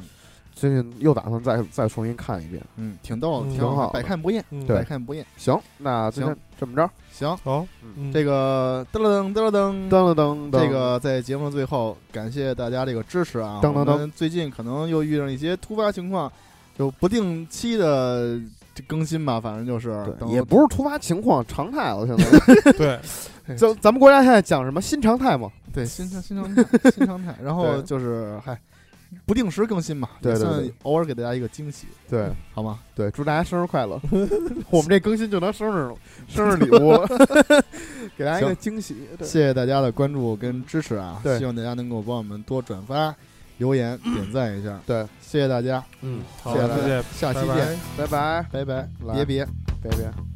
Speaker 2: 最近又打算再再重新看一遍。
Speaker 1: 嗯挺逗的，
Speaker 3: 嗯
Speaker 1: 挺
Speaker 2: 挺好的
Speaker 1: 百看不厌，
Speaker 3: 嗯
Speaker 2: 对
Speaker 1: 百看不厌。
Speaker 2: 行，那今天这么着，
Speaker 1: 行，
Speaker 3: 好
Speaker 2: 嗯，
Speaker 3: 嗯
Speaker 1: 这个噔噔噔噔噔，
Speaker 2: 噔噔噔噔，
Speaker 1: 这个在节目的最后，感谢大家这个支持啊！
Speaker 2: 噔噔噔
Speaker 1: 我们最近可能又遇上一些突发情况，就不定期的更新吧，反正就是
Speaker 2: 对
Speaker 1: 等
Speaker 2: 也不是突发情况，常态了。现在
Speaker 3: 对，
Speaker 2: 咱咱们国家现在讲什么新常态嘛？
Speaker 1: 对新常新常态新常态，然后
Speaker 2: 对
Speaker 1: 就是嗨，不定时更新嘛，
Speaker 2: 对
Speaker 1: 也
Speaker 2: 对
Speaker 1: 算
Speaker 2: 对
Speaker 1: 偶尔给大家一个惊喜，
Speaker 2: 对
Speaker 1: 好吗？
Speaker 2: 对，祝大家生日快 乐！我们这更新就当生日了，生日礼物，给大家一个
Speaker 1: 行
Speaker 2: 惊喜。对
Speaker 1: 谢谢大家的关注跟支持啊！
Speaker 2: 对
Speaker 1: 希望大家能够帮我们多转发、留言、点赞一下。
Speaker 2: 对，
Speaker 1: 谢谢大家，
Speaker 2: 嗯，
Speaker 3: 好，
Speaker 1: 谢谢大
Speaker 3: 谢
Speaker 1: 家
Speaker 3: 谢，
Speaker 1: 下期
Speaker 3: 拜拜
Speaker 1: 见，
Speaker 2: 拜拜，
Speaker 1: 拜拜，
Speaker 2: 来
Speaker 1: 别别。
Speaker 2: 拜拜。